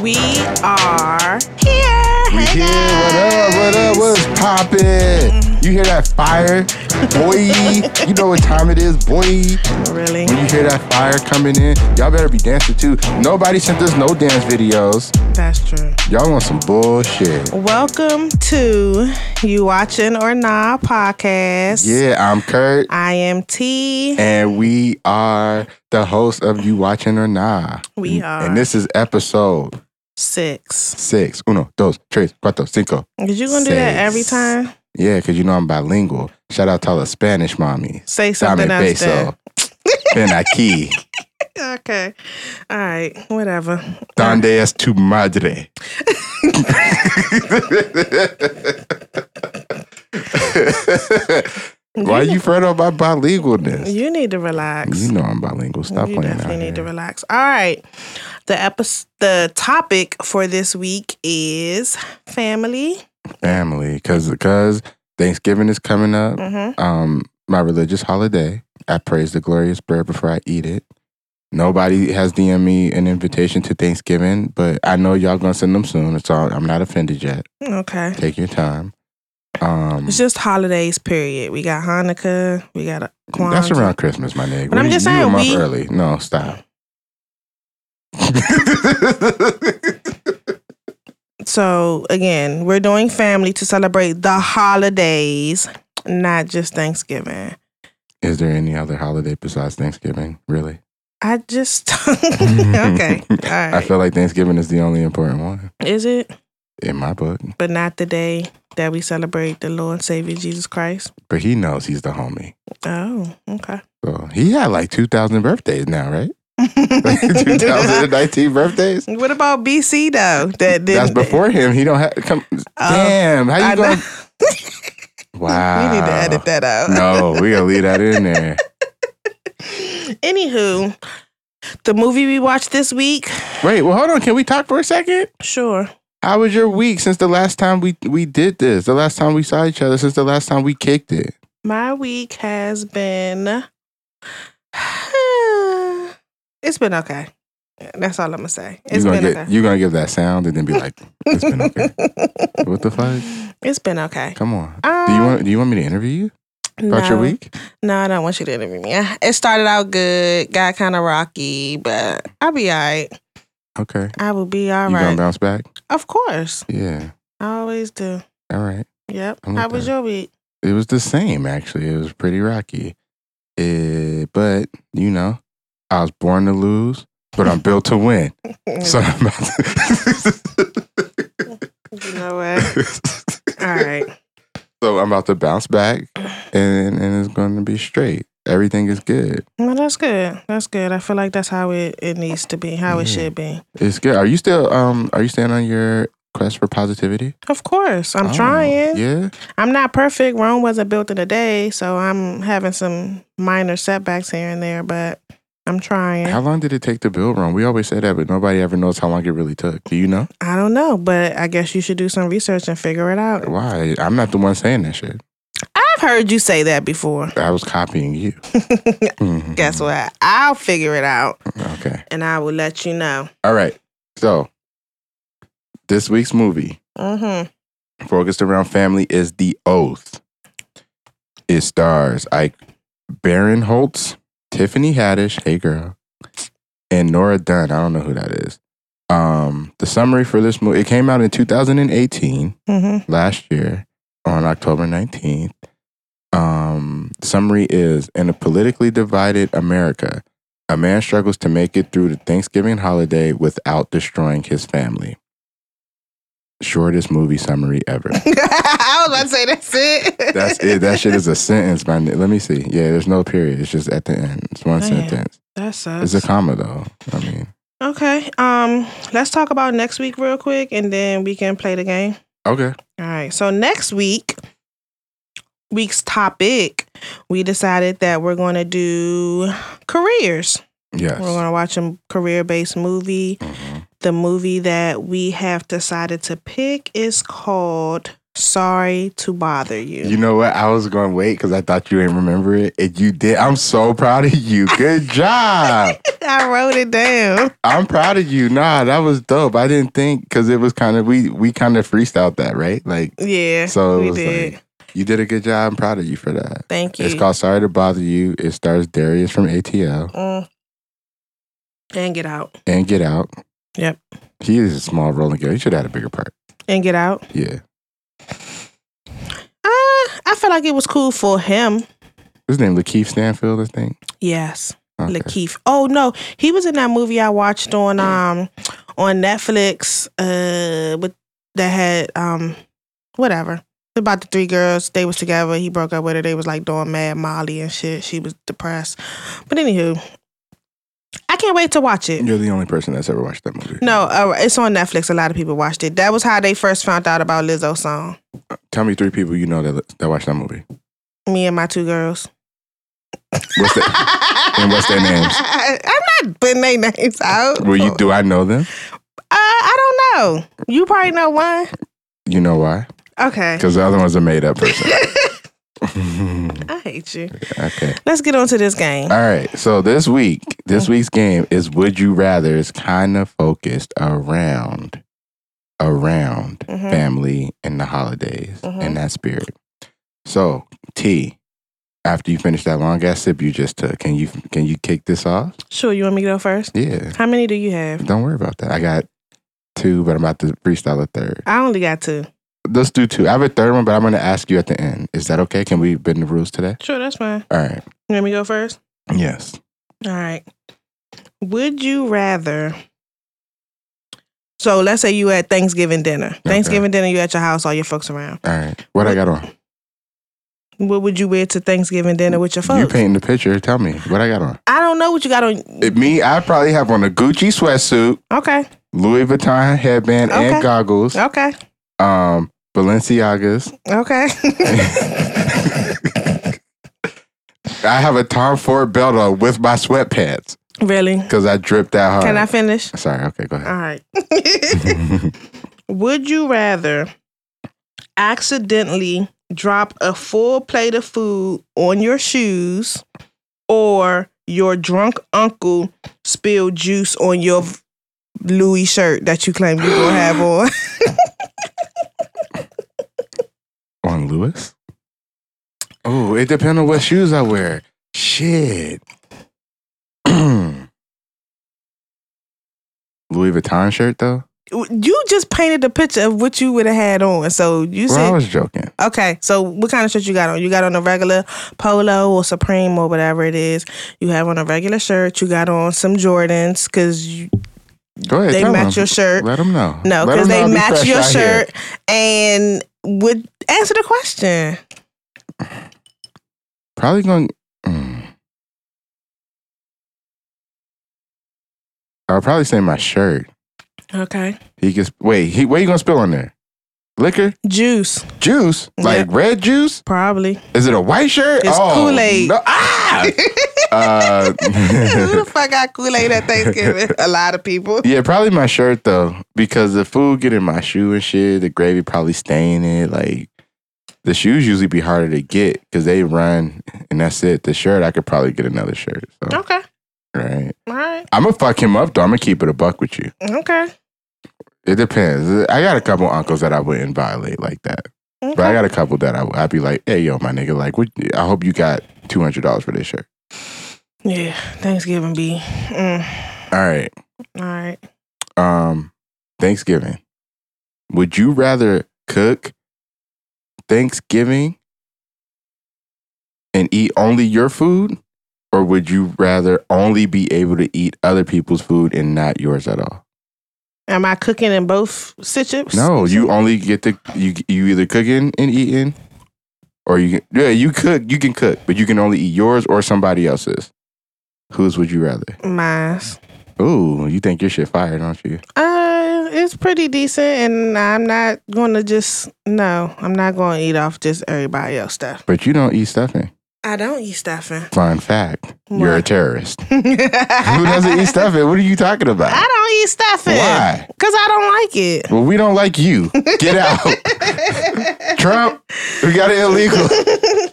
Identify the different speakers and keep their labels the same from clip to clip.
Speaker 1: We are here.
Speaker 2: We here. What up? What up? What's poppin'? You hear that fire, boy? you know what time it is, boy.
Speaker 1: Really?
Speaker 2: When you hear that fire coming in, y'all better be dancing too. Nobody sent us no dance videos.
Speaker 1: That's true.
Speaker 2: Y'all want some bullshit?
Speaker 1: Welcome to You Watching or Nah podcast.
Speaker 2: Yeah, I'm Kurt,
Speaker 1: I am T.
Speaker 2: and we are the host of You Watching or Nah.
Speaker 1: We are.
Speaker 2: And this is episode
Speaker 1: Six.
Speaker 2: six. Uno, dos, tres, cuatro, cinco.
Speaker 1: Is you gonna do that every
Speaker 2: Six.
Speaker 1: time?
Speaker 2: Yeah, because you know I'm bilingual. Shout out to all the Spanish mommies.
Speaker 1: Say
Speaker 2: Dame
Speaker 1: something else.
Speaker 2: peso. Ben aquí.
Speaker 1: then. Okay. All right. Whatever.
Speaker 2: Donde
Speaker 1: Ah.
Speaker 2: es tu madre? Why you fret about my bilingualness?
Speaker 1: You need to relax.
Speaker 2: You know I'm bilingual. Stop
Speaker 1: you
Speaker 2: playing out
Speaker 1: definitely need to
Speaker 2: here.
Speaker 1: relax. All right. The episode, the topic for this week is family.
Speaker 2: Family, because because Thanksgiving is coming up.
Speaker 1: hmm
Speaker 2: um my religious holiday. I praise the glorious bread before I eat it. Nobody has DM me an invitation to Thanksgiving, but I know y'all gonna send them soon. It's all I'm not offended yet.
Speaker 1: Okay.
Speaker 2: Take your time. Um
Speaker 1: It's just holidays, period. We got Hanukkah. We got a Kwanzaa.
Speaker 2: that's around Christmas, my nigga.
Speaker 1: But I'm
Speaker 2: We-
Speaker 1: just
Speaker 2: you
Speaker 1: saying,
Speaker 2: a month
Speaker 1: we-
Speaker 2: early. No, stop.
Speaker 1: So again, we're doing family to celebrate the holidays, not just Thanksgiving.
Speaker 2: Is there any other holiday besides Thanksgiving? Really?
Speaker 1: I just okay. All
Speaker 2: I
Speaker 1: right.
Speaker 2: feel like Thanksgiving is the only important one
Speaker 1: Is it?
Speaker 2: in my book.
Speaker 1: But not the day that we celebrate the Lord and Savior Jesus Christ.
Speaker 2: But he knows he's the homie.
Speaker 1: Oh, okay.
Speaker 2: So he had like two thousand birthdays now, right? 2019 birthdays.
Speaker 1: What about BC though? That didn't,
Speaker 2: That's before him. He don't have come.
Speaker 1: Oh,
Speaker 2: damn, how
Speaker 1: I
Speaker 2: you going?
Speaker 1: know.
Speaker 2: Wow.
Speaker 1: We need to edit that out.
Speaker 2: No, we gonna leave that in there.
Speaker 1: Anywho, the movie we watched this week.
Speaker 2: Wait, well, hold on. Can we talk for a second?
Speaker 1: Sure.
Speaker 2: How was your week since the last time we we did this? The last time we saw each other? Since the last time we kicked it?
Speaker 1: My week has been. It's been okay. That's all I'm gonna say. It's
Speaker 2: you gonna
Speaker 1: been
Speaker 2: get
Speaker 1: okay.
Speaker 2: you gonna give that sound and then be like, it's been okay. what the fuck?
Speaker 1: It's been okay.
Speaker 2: Come on.
Speaker 1: Um,
Speaker 2: Do you want Do you want me to interview you about your
Speaker 1: no.
Speaker 2: week?
Speaker 1: No, I don't want you to interview me. I- It started out good, got kind of rocky, but I'll be all right.
Speaker 2: Okay.
Speaker 1: I will be all
Speaker 2: you
Speaker 1: right.
Speaker 2: gonna bounce back?
Speaker 1: Of course.
Speaker 2: Yeah.
Speaker 1: I always do.
Speaker 2: All right.
Speaker 1: Yep.
Speaker 2: I'm
Speaker 1: How
Speaker 2: with
Speaker 1: was
Speaker 2: that.
Speaker 1: your week?
Speaker 2: it was the same actually. It was pretty rocky. Eh, but you know, I was born to lose, but I'm built to win. So I'm about to
Speaker 1: you know what? All right.
Speaker 2: So I'm about to bounce back and and it's gonna be straight. Everything is good.
Speaker 1: Well, that's good. That's good. I feel like that's how it, it needs to be, how it
Speaker 2: Yeah.
Speaker 1: should be.
Speaker 2: It's good. Are you still um are you staying on your quest for positivity?
Speaker 1: Of course. I'm
Speaker 2: Oh,
Speaker 1: trying.
Speaker 2: Yeah.
Speaker 1: I'm not perfect. Rome wasn't built in a day, so I'm having some minor setbacks here and there, but I'm trying.
Speaker 2: How long did it take to build Rome? We always say that, but nobody ever knows how long it really took. Do you know?
Speaker 1: I don't know, but I guess you should do some research and figure it out.
Speaker 2: Why? I'm not the one saying that shit.
Speaker 1: I've heard you say that before.
Speaker 2: I was copying you. Mhm.
Speaker 1: Guess what? I'll figure it out
Speaker 2: Okay.
Speaker 1: and I will let you know.
Speaker 2: All right. So this week's movie
Speaker 1: Mm-hmm.
Speaker 2: focused around family is The Oath. It stars Ike Baron Holtz, Tiffany Haddish, hey girl, and Nora Dunn. I don't know who that is. Um, the summary for this movie it came out in 2018
Speaker 1: Mm-hmm.
Speaker 2: last year on October 19th. Um, the summary is In a politically divided America, a man struggles to make it through the Thanksgiving holiday without destroying his family. Shortest movie summary ever.
Speaker 1: I was about to say that's it.
Speaker 2: That's it. That shit is a sentence. By let me see. Yeah, there's no period. It's just at the end. It's one
Speaker 1: Damn.
Speaker 2: sentence.
Speaker 1: That sucks.
Speaker 2: It's a comma though. I mean,
Speaker 1: Okay. Um, let's talk about next week real quick and then we can play the game.
Speaker 2: okay.
Speaker 1: All right. So next week week's topic, we decided that we're going to do careers.
Speaker 2: Yes.
Speaker 1: We're going to watch a career-based movie.
Speaker 2: Mhm.
Speaker 1: The movie that we have decided to pick is called Sorry to bother you.
Speaker 2: You know what? I was going to wait because I thought you didn't remember it. And you did. I'm so proud of you. Good job.
Speaker 1: I wrote it down.
Speaker 2: I'm proud of you. Nah, that was dope. I didn't think because it was kind of, we, we kind of freestyled that, right? Like,
Speaker 1: Yeah,
Speaker 2: So it
Speaker 1: we
Speaker 2: was
Speaker 1: did.
Speaker 2: like- you did a good job. I'm proud of you for that.
Speaker 1: Thank you.
Speaker 2: It's called Sorry to Bother You. It stars Darius from ATL
Speaker 1: Mm. And get out.
Speaker 2: and Get Out.
Speaker 1: Yep.
Speaker 2: He is a small rolling girl. He should have had a bigger part.
Speaker 1: And get out.
Speaker 2: Yeah.
Speaker 1: Uh, I feel like it was cool for him.
Speaker 2: His name Lakeith Stanfield, I think.
Speaker 1: Yes,
Speaker 2: Okay.
Speaker 1: Lakeith. Oh no, he was in that movie I watched on um on Netflix. Uh, with that had um whatever about the three girls. They was together. He broke up with her. They was like doing Mad Molly and shit. She was depressed. But anywho, I can't wait to watch it.
Speaker 2: You're the only person that's ever watched that movie.
Speaker 1: No, uh, it's on Netflix. A lot of people watched it. That was how they first found out about Lizzo's song.
Speaker 2: Tell me three people you know that that watched that movie.
Speaker 1: Me and my two girls.
Speaker 2: What's that?
Speaker 1: and
Speaker 2: what's their names?
Speaker 1: I'm not putting their names out.
Speaker 2: well, you do I know them?
Speaker 1: Uh, I don't know. You probably know one.
Speaker 2: You know why?
Speaker 1: Okay.
Speaker 2: Because the other one's a made up person.
Speaker 1: I hate you.
Speaker 2: okay.
Speaker 1: Let's get on to this game.
Speaker 2: All right. So this week, this week's game is Would You Rather. It's kind of focused around around
Speaker 1: Mhm.
Speaker 2: family and the holidays
Speaker 1: Mhm.
Speaker 2: and that spirit. So T, after you finish that long ass sip you just took, can you can you kick this off?
Speaker 1: Sure, you want me to go first?
Speaker 2: Yeah.
Speaker 1: How many do you have?
Speaker 2: Don't worry about that. I got two, but I'm about to freestyle a third.
Speaker 1: I only got two.
Speaker 2: Let's do two. I have a third one, but I'm going to ask you at the end. Is that okay? Can we bend the rules today?
Speaker 1: Sure, that's fine.
Speaker 2: All right.
Speaker 1: You want me to go first?
Speaker 2: Yes.
Speaker 1: All right. Would you rather? So let's say you at Thanksgiving dinner. Thanksgiving dinner, you at your house, all your folks around.
Speaker 2: All right. What I got on?
Speaker 1: What would you wear to Thanksgiving dinner with your folks?
Speaker 2: You painting the picture. Tell me what I got on.
Speaker 1: I don't know what you got on.
Speaker 2: It, me, I probably have on a Gucci sweatsuit,
Speaker 1: Okay,
Speaker 2: Louis Vuitton headband
Speaker 1: Okay.
Speaker 2: and goggles,
Speaker 1: okay,
Speaker 2: um, Balenciagas.
Speaker 1: okay.
Speaker 2: I have a Tom Ford belt on with my sweatpants
Speaker 1: really?
Speaker 2: because I dripped that hard.
Speaker 1: Can I Uh, finish?
Speaker 2: Sorry. Okay. Go ahead.
Speaker 1: All right. Would you rather accidentally drop a full plate of food on your shoes or your drunk uncle spill juice on your v- Louis shirt that you claim you gonna have on?
Speaker 2: On Lewis? Oh, it depends on what shoes I wear. Shit. Louis Vuitton shirt though?
Speaker 1: You just painted a picture of what you would have had on. So you
Speaker 2: Well, I
Speaker 1: said,
Speaker 2: was joking.
Speaker 1: okay, so what kind of shirt you got on? You got on a regular polo or Supreme or whatever it is. You have on a regular shirt. You got on some Jordans because
Speaker 2: Go ahead.
Speaker 1: they
Speaker 2: tell
Speaker 1: match
Speaker 2: them.
Speaker 1: your shirt.
Speaker 2: Let them know.
Speaker 1: No,
Speaker 2: Let
Speaker 1: because
Speaker 2: 'em know
Speaker 1: they
Speaker 2: I'll be
Speaker 1: match
Speaker 2: fresh
Speaker 1: your
Speaker 2: out here.
Speaker 1: shirt and would answer the question.
Speaker 2: Probably going. Mm. I'll probably say my shirt.
Speaker 1: Okay.
Speaker 2: He gets wait. He what you gonna spill on there? Liquor,
Speaker 1: Juice,
Speaker 2: juice, like red juice.
Speaker 1: probably.
Speaker 2: Is it a white shirt? Oh,
Speaker 1: It's Kool-Aid.
Speaker 2: no- Ah!
Speaker 1: Who
Speaker 2: Uh,
Speaker 1: the fuck got Kool Aid at Thanksgiving? A lot of people.
Speaker 2: yeah, probably my shirt though, because the food get in my shoe and shit. The gravy probably stain it. Like the shoes usually be harder to get because they run, and that's it. The shirt I could probably get another shirt. So,
Speaker 1: Okay.
Speaker 2: Right.
Speaker 1: All right.
Speaker 2: I'm gonna fuck him up though. I'm gonna keep it a buck with you.
Speaker 1: Okay.
Speaker 2: It depends. I got a couple uncles that I wouldn't violate like that,
Speaker 1: Okay.
Speaker 2: but I got a couple that I would. I'd be like, hey yo, my nigga, like, what, I hope you got two hundred dollars for this shirt.
Speaker 1: yeah. Thanksgiving be. Mm.
Speaker 2: All right.
Speaker 1: All right.
Speaker 2: um Thanksgiving. Would you rather cook Thanksgiving and eat only your food? Or would you rather only be able to eat other people's food and not yours at all?
Speaker 1: Am I cooking in both situations?
Speaker 2: No, you only get to you you either cooking and eating, or you can, yeah you cook you can cook, but you can only eat yours or somebody else's. Whose would you rather?
Speaker 1: Mine.
Speaker 2: Ooh, you think your shit fire, don't you?
Speaker 1: Uh, it's pretty decent, and I'm not gonna just no. I'm not gonna eat off just everybody else stuff.
Speaker 2: But you don't eat stuffing.
Speaker 1: I don't eat stuffing.
Speaker 2: Fun fact: you're a
Speaker 1: What?
Speaker 2: terrorist.
Speaker 1: Who
Speaker 2: Who doesn't eat stuffing? What are you talking
Speaker 1: I
Speaker 2: about?
Speaker 1: don't read Stefan.
Speaker 2: Why?
Speaker 1: Because I don't like it.
Speaker 2: Well, we don't like you. Get out. Trump, we got it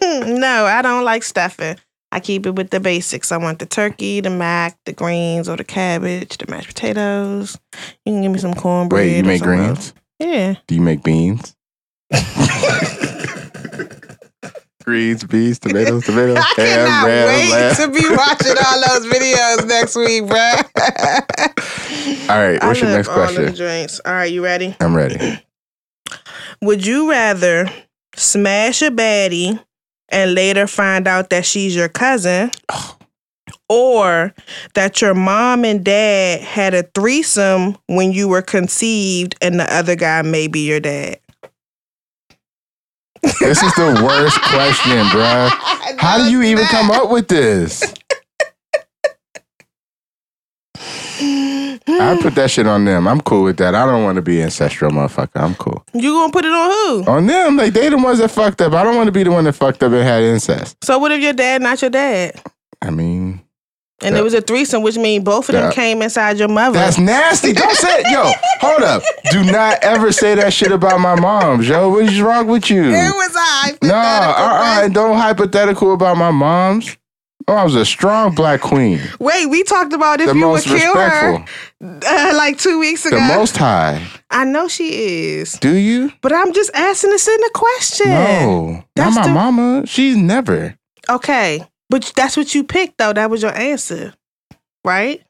Speaker 2: illegal.
Speaker 1: no, I don't like stuffing. I keep it with the basics. I want the turkey, the mac, the greens, or the cabbage, the mashed potatoes. You can give me some cornbread.
Speaker 2: Wait, you
Speaker 1: or
Speaker 2: make
Speaker 1: something
Speaker 2: greens?
Speaker 1: else. Yeah.
Speaker 2: Do you make beans? Greens, beans, tomatoes, tomatoes,
Speaker 1: I cannot wait to be watching all those videos next week, bruh.
Speaker 2: All right, what's
Speaker 1: I
Speaker 2: your
Speaker 1: love
Speaker 2: next
Speaker 1: all of
Speaker 2: question?
Speaker 1: the drinks. All right, you ready?
Speaker 2: I'm ready.
Speaker 1: Would you rather smash a baddie and later find out that she's your cousin? Or that your mom and dad had a threesome when you were conceived and the other guy may be your dad?
Speaker 2: This is the worst question, bruh. How do you even come up with this? I put that shit on them. I'm cool with that. I don't want to be ancestral, motherfucker. I'm cool.
Speaker 1: You gonna put it on who?
Speaker 2: On them, like they the ones that fucked up. I don't want to be the one that fucked up and had incest.
Speaker 1: So what if your dad not your dad?
Speaker 2: I mean,
Speaker 1: And
Speaker 2: Yeah.
Speaker 1: it was a threesome, which means both of them
Speaker 2: Yeah.
Speaker 1: came inside your mother.
Speaker 2: That's nasty. Don't say it. Yo, hold up. Do not ever say that shit about my mom, yo. What is wrong with you?
Speaker 1: it was I.
Speaker 2: No, uh-uh, don't hypothetical about my mom's. Oh, I was a strong black queen.
Speaker 1: Wait, we talked about if
Speaker 2: The
Speaker 1: you would
Speaker 2: most
Speaker 1: kill
Speaker 2: respectful.
Speaker 1: her uh, like two weeks ago.
Speaker 2: The most high.
Speaker 1: I know she is,
Speaker 2: Do you?
Speaker 1: but I'm just asking this in the question.
Speaker 2: No. Not
Speaker 1: That's
Speaker 2: my
Speaker 1: the-
Speaker 2: mama. She's never.
Speaker 1: Okay, but that's what you picked though. That was your answer, right?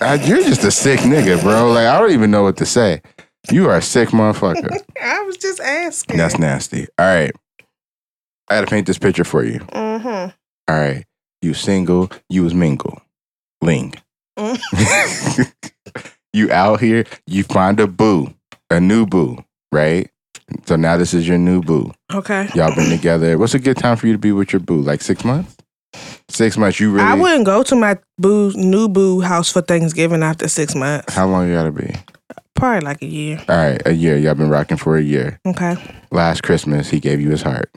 Speaker 2: I, you're just a sick nigga, bro. Like, I don't even know what to say. You are a sick motherfucker.
Speaker 1: I was just asking.
Speaker 2: That's nasty. All right. I gotta paint this picture for you.
Speaker 1: Mm-hmm.
Speaker 2: All right. You single, you was mingle. Ling.
Speaker 1: Mm.
Speaker 2: you out here, you find a boo, a new boo, right? So now this is your new boo.
Speaker 1: Okay.
Speaker 2: Y'all been together. What's a good time for you to be with your boo? Like six months? Six months, you really
Speaker 1: I wouldn't go to my boo new boo house for Thanksgiving after six months.
Speaker 2: how long you gotta be?
Speaker 1: Probably like a year.
Speaker 2: All right, a year. Y'all been rocking for a year.
Speaker 1: Okay.
Speaker 2: Last Christmas, he gave you his heart.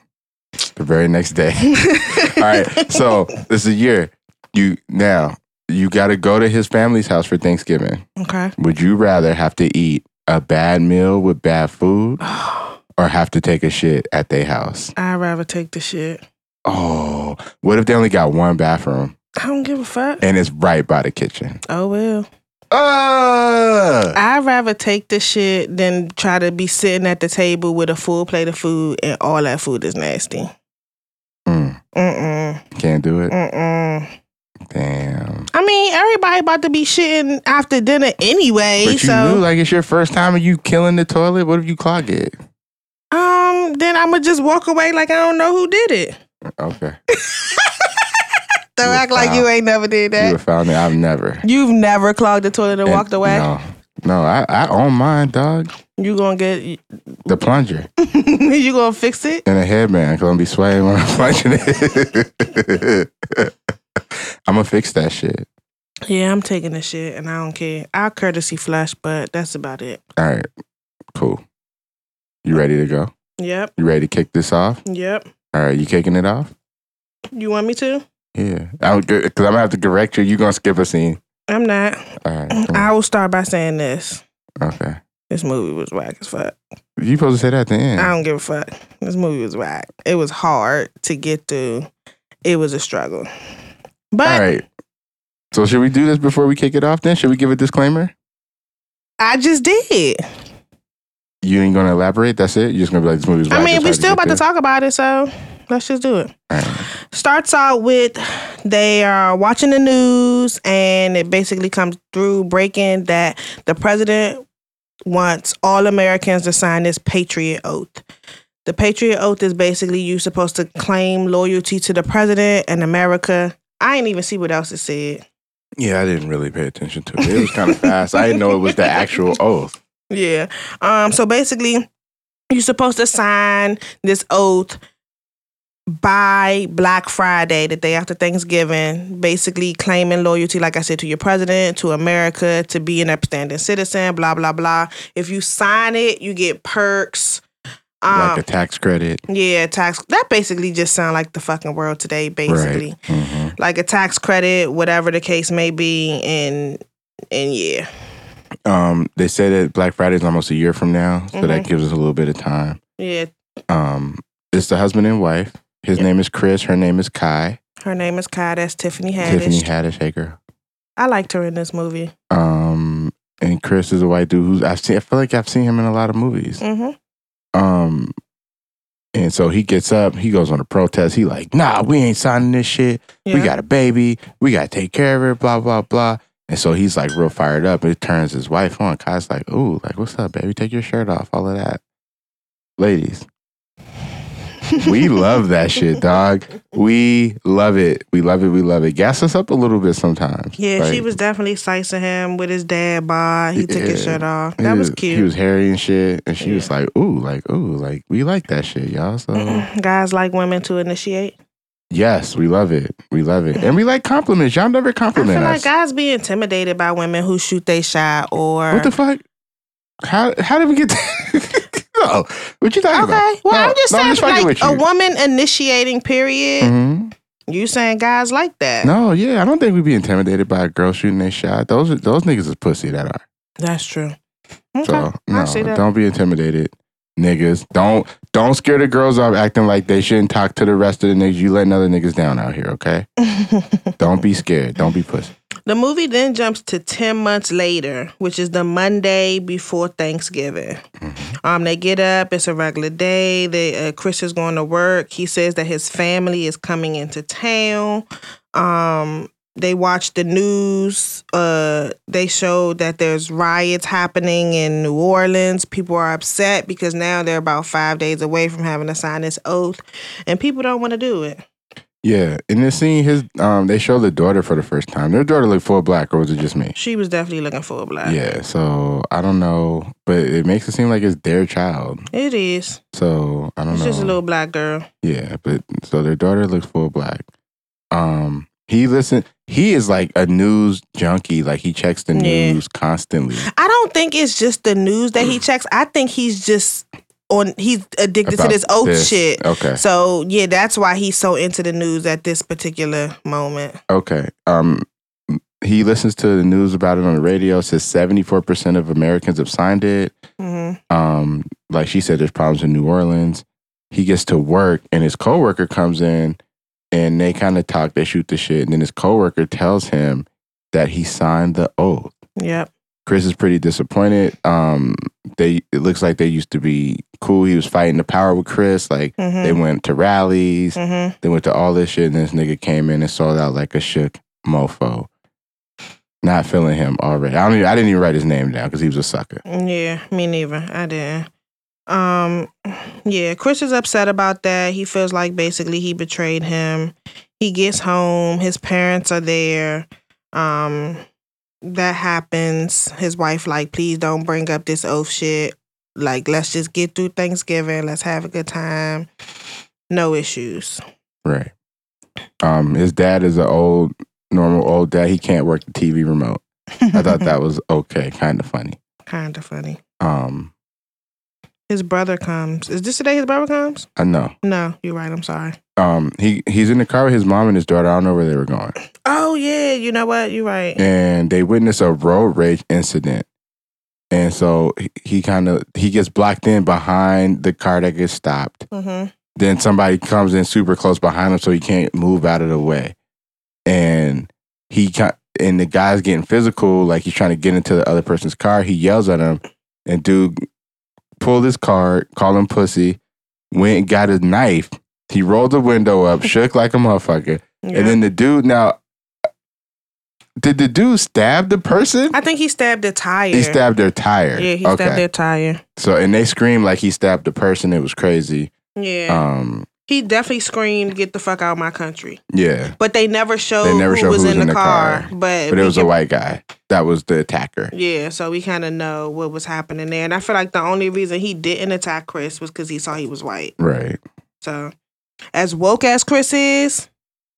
Speaker 2: The very next day. All right. So this is a year. You now you got to go to his family's house for Thanksgiving.
Speaker 1: Okay.
Speaker 2: Would you rather have to eat a bad meal with bad food, or have to take a shit at their house?
Speaker 1: I'd rather take the shit.
Speaker 2: Oh, what if they only got one bathroom
Speaker 1: I don't give a fuck.
Speaker 2: and it's right by the kitchen?
Speaker 1: Oh well.
Speaker 2: Uh,
Speaker 1: I'd rather take the shit than try to be sitting at the table with a full plate of food and all that food is nasty.
Speaker 2: Mm,
Speaker 1: Mm-mm.
Speaker 2: can't do it.
Speaker 1: Mm-mm.
Speaker 2: Damn.
Speaker 1: I mean, everybody about to be shitting after dinner anyway.
Speaker 2: But you
Speaker 1: so
Speaker 2: knew like it's your first time and you killing the toilet. What if you clog it?
Speaker 1: um then I'ma just walk away like I don't know who did it.
Speaker 2: Okay,
Speaker 1: Don't
Speaker 2: You a
Speaker 1: act like
Speaker 2: foul.
Speaker 1: you ain't never did
Speaker 2: you
Speaker 1: that.
Speaker 2: have found it. I've never.
Speaker 1: You've never clogged the toilet and,
Speaker 2: And-
Speaker 1: walked away.
Speaker 2: No, no, I, I own mine, dog.
Speaker 1: You gonna get
Speaker 2: The plunger
Speaker 1: you gonna fix it?
Speaker 2: and a headband. Cause I'm gonna be swaying when I'm plunging it. I'm gonna fix that shit.
Speaker 1: Yeah, I'm taking the shit and I don't care. I'll courtesy flush, but that's about it.
Speaker 2: All right, cool. You ready to go?
Speaker 1: Yep.
Speaker 2: You ready to kick this off?
Speaker 1: Yep.
Speaker 2: All right, you kicking it off?
Speaker 1: You want me to?
Speaker 2: Yeah, I'm good. Cause I'm gonna have to correct you. You gonna skip a scene?
Speaker 1: I'm not.
Speaker 2: All right. come on.
Speaker 1: I will start by saying this.
Speaker 2: okay.
Speaker 1: This movie was whack as fuck.
Speaker 2: You supposed to say that at the end.
Speaker 1: I don't give a fuck. This movie was whack. It was hard to get through. It was a struggle. But
Speaker 2: All right. So should we do this before we kick it off? Then should we give a disclaimer?
Speaker 1: I just did.
Speaker 2: You ain't gonna elaborate. That's it. You're just gonna be like this movie's.
Speaker 1: I
Speaker 2: whack,
Speaker 1: mean,
Speaker 2: it's
Speaker 1: we
Speaker 2: hard
Speaker 1: still
Speaker 2: get
Speaker 1: about to
Speaker 2: through.
Speaker 1: talk about it, so let's just do it.
Speaker 2: All right.
Speaker 1: starts out with they are watching the news and it basically comes through breaking that the president wants all Americans to sign this patriot oath. The patriot oath is basically you supposed to claim loyalty to the president and America. I ain't even see what else it said.
Speaker 2: Yeah, I didn't really pay attention to it. It was kind of fast. I didn't know it was the actual oath.
Speaker 1: Yeah. Um so basically you're supposed to sign this oath by Black Friday, the day after Thanksgiving, basically claiming loyalty, like I said, to your president, to America, to be an upstanding citizen, blah, blah, blah. If you sign it, you get perks. Um,
Speaker 2: like a tax credit.
Speaker 1: yeah, tax. That basically just sound like the fucking world today, basically
Speaker 2: Right. hmm
Speaker 1: like a tax credit, whatever the case may be, and and yeah,
Speaker 2: Um, they say that Black Friday is almost a year from now, so
Speaker 1: Mm-hmm.
Speaker 2: that gives us a little bit of time.
Speaker 1: yeah.
Speaker 2: Um, it's the husband and wife. His
Speaker 1: Yep.
Speaker 2: name is Chris. Her name is Kai.
Speaker 1: Her name is Kai. That's Tiffany Haddish.
Speaker 2: Tiffany Haddish. Hey, girl.
Speaker 1: I liked her in this movie.
Speaker 2: Um, and Chris is a white dude who's I've seen. I feel like I've seen him in a lot of movies.
Speaker 1: hmm
Speaker 2: Um, and so he gets up. He goes on a protest. He like, nah, we ain't signing this shit.
Speaker 1: Yeah.
Speaker 2: We got a baby. We got to take care of it. Blah blah blah. And so he's like real fired up. It turns his wife on. Kai's like, ooh, like what's up, baby? Take your shirt off. All of that, ladies. we love that shit, dog. We love it. We love it. We love it. Gas us up a little bit sometimes.
Speaker 1: Yeah, she
Speaker 2: Like,
Speaker 1: was definitely slicing him with his dad bod. He took his
Speaker 2: Yeah.
Speaker 1: shirt off.
Speaker 2: he
Speaker 1: That was cute.
Speaker 2: He was hairy and shit, and she was like, "Ooh, like, ooh, like, we like that shit, y'all." So
Speaker 1: Guys like women to initiate.
Speaker 2: yes, we love it. We love it, and we like compliments. Y'all never
Speaker 1: I feel
Speaker 2: compliment
Speaker 1: like
Speaker 2: us.
Speaker 1: guys be intimidated by women who shoot they shot or.
Speaker 2: what the fuck? How how did we get? To- no, what you talking about?
Speaker 1: okay, well
Speaker 2: No,
Speaker 1: I'm just
Speaker 2: no, I'm
Speaker 1: saying,
Speaker 2: just fucking
Speaker 1: like
Speaker 2: with
Speaker 1: a
Speaker 2: you.
Speaker 1: woman initiating. Period.
Speaker 2: hmm
Speaker 1: You saying guys like that?
Speaker 2: No, yeah, I don't think we'd be intimidated by a girl shooting their shot. Those are, those niggas is pussy that are.
Speaker 1: That's true. Okay,
Speaker 2: So
Speaker 1: I
Speaker 2: no,
Speaker 1: see that.
Speaker 2: don't be intimidated, niggas. Don't don't scare the girls off acting like they shouldn't talk to the rest of the niggas. You letting other niggas down out here, okay? Don't be scared. Don't be pussy.
Speaker 1: the movie then jumps to ten months later, which is the Monday before Thanksgiving.
Speaker 2: Mm-hmm.
Speaker 1: Um, they get up. It's a regular day. They uh, Chris is going to work. He says that his family is coming into town. Um, they watch the news. Uh, they show that there's riots happening in New Orleans. People are upset because now they're about five days away from having to sign this oath, and people don't want to do it.
Speaker 2: Yeah, in this scene, his um, they show the daughter for the first time. Their daughter looked full black, or was it just me?
Speaker 1: She was definitely looking for a black.
Speaker 2: Yeah, so I don't know, but it makes it seem like it's their child.
Speaker 1: It is.
Speaker 2: So I don't
Speaker 1: It's
Speaker 2: know.
Speaker 1: just a little black girl.
Speaker 2: Yeah, but so their daughter looks full black. Um, he listen. He is like a news junkie. Like he checks the
Speaker 1: Yeah.
Speaker 2: news constantly.
Speaker 1: I don't think it's just the news that he checks. I think he's just on. He's addicted
Speaker 2: about
Speaker 1: to this old
Speaker 2: this.
Speaker 1: shit.
Speaker 2: Okay.
Speaker 1: So yeah, that's why he's so into the news at this particular moment.
Speaker 2: Okay. Um, he listens to the news about it on the radio. Says seventy four percent of Americans have signed it.
Speaker 1: hmm
Speaker 2: Um, like she said, there's problems in New Orleans. He gets to work, and his coworker comes in, and they kind of talk. They shoot the shit, and then his coworker tells him that he signed the oath.
Speaker 1: Yep.
Speaker 2: Chris is pretty disappointed. Um, they it looks like they used to be cool. He was fighting the power with Chris. Like
Speaker 1: hmm
Speaker 2: they went to rallies,
Speaker 1: hmm
Speaker 2: they went to all this shit, and this nigga came in and sold out like a shook mofo. Not feeling him already. I don't. Even, I didn't even write his name down because he was a sucker.
Speaker 1: Yeah. Me neither. I didn't. Um. Yeah. Chris is upset about that. He feels like basically he betrayed him. He gets home. His parents are there. Um. That happens. His wife like, please don't bring up this oath shit. Like, let's just get through Thanksgiving. Let's have a good time. No issues.
Speaker 2: Right. Um, his dad is an old, normal old dad. He can't work the TV remote. I thought that was okay, kind of funny.
Speaker 1: kind of funny.
Speaker 2: Um,
Speaker 1: His brother comes. Is this the day his brother comes?
Speaker 2: I know.
Speaker 1: No, you're right. I'm sorry.
Speaker 2: Um, he he's in the car with his mom and his daughter. I don't know where they were going.
Speaker 1: Oh yeah, you know what? You're right.
Speaker 2: and they witness a road rage incident. And so he- he kind of he gets blocked in behind the car that gets stopped.
Speaker 1: Mm-hmm.
Speaker 2: Then somebody comes in super close behind him, so he can't move out of the way. And he ki- and the guy's getting physical, like he's trying to get into the other person's car. He yells at him, and dude pulled his card, called him pussy, went and got his knife. He rolled the window up, shook like a motherfucker,
Speaker 1: Yeah.
Speaker 2: and then the dude now did the dude stab the person?
Speaker 1: I think he stabbed a tire.
Speaker 2: He stabbed their tire.
Speaker 1: Yeah, he
Speaker 2: okay.
Speaker 1: stabbed their tire.
Speaker 2: So and they screamed like he stabbed the person. It was crazy.
Speaker 1: Yeah,
Speaker 2: Um
Speaker 1: he definitely screamed, "Get the fuck out of my country!"
Speaker 2: yeah.
Speaker 1: But they never showed
Speaker 2: They never
Speaker 1: who
Speaker 2: showed
Speaker 1: was
Speaker 2: who
Speaker 1: in the, car. But,
Speaker 2: But it
Speaker 1: we
Speaker 2: was a
Speaker 1: can-
Speaker 2: white guy. That was the attacker.
Speaker 1: yeah, so we kind of know what was happening there. And I feel like the only reason he didn't attack Chris was because he saw he was white.
Speaker 2: Right.
Speaker 1: So, as woke as Chris is,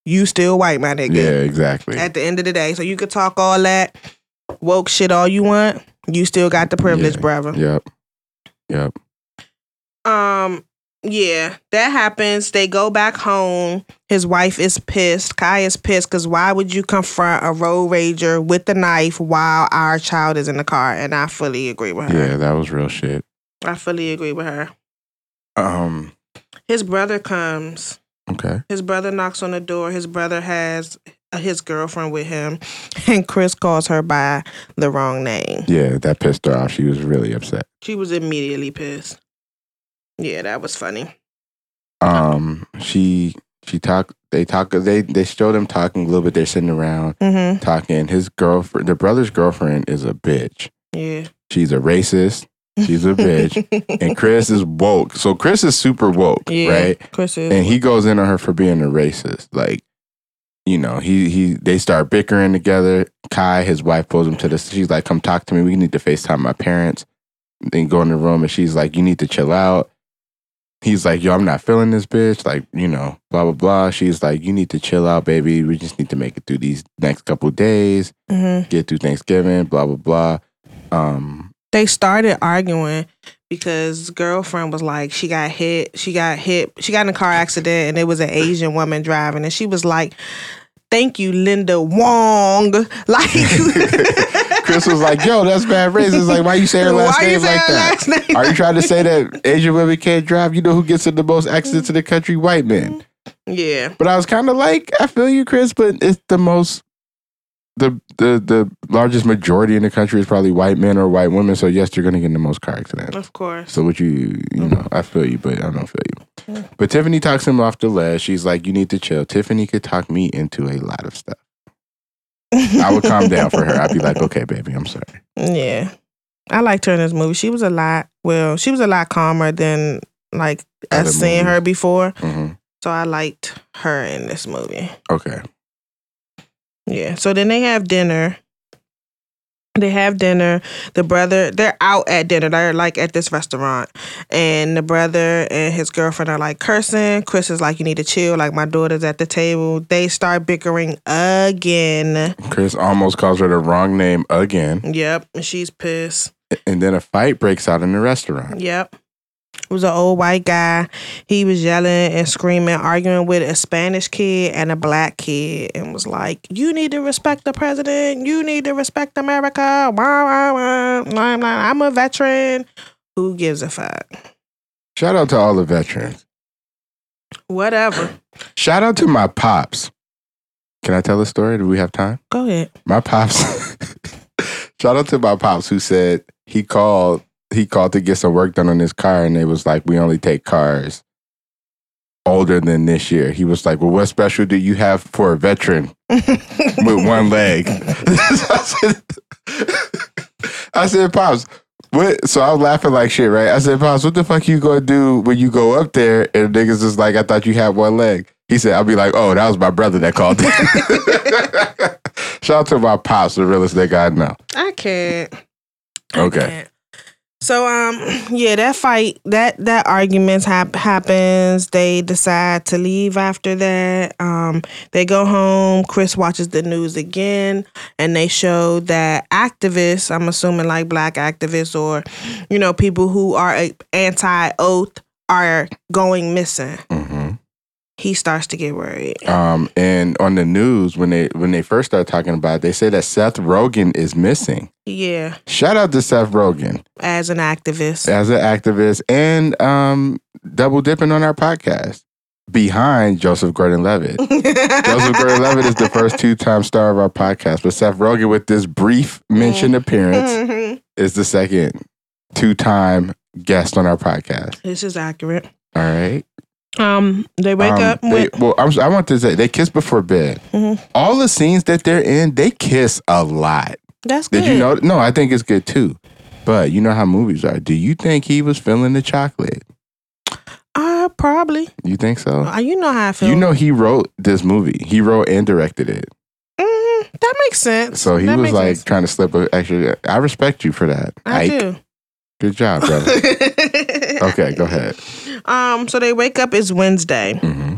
Speaker 1: you still white, my nigga.
Speaker 2: Yeah, exactly.
Speaker 1: at the end of the day. So you could talk all that woke shit all you want. You still got the privilege,
Speaker 2: Yeah.
Speaker 1: brother.
Speaker 2: Yep. Yep.
Speaker 1: Um, Yeah, that happens. They go back home. His wife is pissed. Kai is pissed because why would you confront a road rager with a knife while our child is in the car? And I fully agree with her.
Speaker 2: Yeah, that was real shit.
Speaker 1: I fully agree with her.
Speaker 2: Um,
Speaker 1: His brother comes.
Speaker 2: okay.
Speaker 1: His brother knocks on the door. His brother has uh, his girlfriend with him, and Chris calls her by the wrong name.
Speaker 2: Yeah, that pissed her off. She was really upset.
Speaker 1: She was immediately pissed. Yeah, that was funny.
Speaker 2: Um, she she talk they talk they they show them talking a little bit. They're sitting around
Speaker 1: Mm-hmm.
Speaker 2: talking. His girlfriend, the brother's girlfriend, is a bitch.
Speaker 1: Yeah,
Speaker 2: She's a racist. She's a bitch. and Chris is woke. So Chris is super woke,
Speaker 1: yeah,
Speaker 2: right?
Speaker 1: Chris is.
Speaker 2: and he goes in on her for being a racist. Like, you know, he he they start bickering together. Kai, his wife, pulls him to the. She's like, "Come talk to me. We need to Facetime my parents." Then go in the room, and she's like, "You need to chill out." He's like, "Yo, I'm not feeling this bitch." Like, you know, blah blah blah. She's like, "You need to chill out, baby. We just need to make it through these next couple days.
Speaker 1: Mhm.
Speaker 2: Get through Thanksgiving. Blah blah blah." Um,
Speaker 1: they started arguing because girlfriend was like she got hit she got hit she got in a car accident and it was an asian woman driving and she was like thank you linda wong like
Speaker 2: Chris was like, "Yo, that's bad racist. Like, why you say her last name
Speaker 1: saying
Speaker 2: like
Speaker 1: her last
Speaker 2: that?"
Speaker 1: name
Speaker 2: Are you trying to say that Asian women can't drive? You know who gets in the most accidents in the country? White men.
Speaker 1: yeah
Speaker 2: But I was kind of like, I feel you, Chris, but it's the most, the the the largest majority in the country is probably white men or white women. So yes, they're gonna get in the most car accidents.
Speaker 1: of course
Speaker 2: So what you you know, I feel you, but I don't feel you. But Tiffany talks him off the ledge. She's like, you need to chill. Tiffany could talk me into a lot of stuff. I would calm down for her. I'd be like, okay, baby, I'm sorry.
Speaker 1: yeah i liked her in this movie she was a lot well she was a lot calmer than like
Speaker 2: Other
Speaker 1: us seeing her
Speaker 2: movies.
Speaker 1: before
Speaker 2: hmm
Speaker 1: so i liked her in this movie
Speaker 2: Okay.
Speaker 1: Yeah. So then they have dinner. They have dinner. The brother, they're out at dinner. They're like at this restaurant. And the brother and his girlfriend are like cursing. Chris is like, you need to chill. Like, my daughter's at the table. They start bickering again.
Speaker 2: Chris almost calls her the wrong name again.
Speaker 1: Yep. And she's pissed.
Speaker 2: and then a fight breaks out in the restaurant.
Speaker 1: Yep. It was an old white guy. He was yelling and screaming, arguing with a Spanish kid and a black kid, and was like, "You need to respect the president. You need to respect America." Wah, wah, wah. Blah, blah. I'm a veteran. Who gives a fuck?
Speaker 2: Shout out to all the veterans.
Speaker 1: Whatever.
Speaker 2: Shout out to my pops. Can I tell a story? Do we have time?
Speaker 1: Go ahead.
Speaker 2: My pops. Shout out to my pops who said he called he called to get some work done on his car and they was like, We only take cars older than this year. He was like, Well, what special do you have for a veteran with one leg? I, said, I said, Pops, what so I was laughing like shit, right? I said, Pops, what the fuck you gonna do when you go up there and niggas is like, I thought you had one leg. He said, I'll be like, Oh, that was my brother that called. Shout out to my pops, the realest nigga I know.
Speaker 1: I can't.
Speaker 2: Okay.
Speaker 1: can't. So um yeah, that fight that that argument hap- happens. They decide to leave after that. Um they go home. Chris watches the news again and they show that activists, I'm assuming like black activists or you know people who are uh, anti-oath are going missing.
Speaker 2: hmm
Speaker 1: He starts to get worried.
Speaker 2: Um, and on the news when they when they first start talking about it, they say that Seth Rogen is missing.
Speaker 1: Yeah,
Speaker 2: Shout out to Seth Rogen
Speaker 1: as an activist.
Speaker 2: as an activist and um, double dipping on our podcast behind Joseph Gordon-Levitt. Joseph Gordon-Levitt is the first two-time star of our podcast, but Seth Rogen, with this brief
Speaker 1: Mm-hmm.
Speaker 2: mentioned appearance,
Speaker 1: Mhm.
Speaker 2: is the second two-time guest on our podcast.
Speaker 1: This is accurate.
Speaker 2: All right.
Speaker 1: Um, they wake
Speaker 2: Um,
Speaker 1: up.
Speaker 2: they-
Speaker 1: With,
Speaker 2: well, I'm, si want to say they kiss before bed.
Speaker 1: Mhm.
Speaker 2: All the scenes that they're in, they kiss a lot.
Speaker 1: that's good.
Speaker 2: Did you know? No, I think it's good too. But you know how movies are. Do you think he was feeling the chocolate?
Speaker 1: Uh, probably.
Speaker 2: You think so?
Speaker 1: Uh, you know how I feel.
Speaker 2: You know he wrote this movie. He wrote and directed it.
Speaker 1: Mhm, that makes sense.
Speaker 2: So he
Speaker 1: That
Speaker 2: was
Speaker 1: makes
Speaker 2: like
Speaker 1: sense.
Speaker 2: trying to slip an extra. I respect you for that.
Speaker 1: I
Speaker 2: Ike.
Speaker 1: do.
Speaker 2: Good job, brother. okay, go ahead.
Speaker 1: Um, so they wake up. It's Wednesday.
Speaker 2: hmm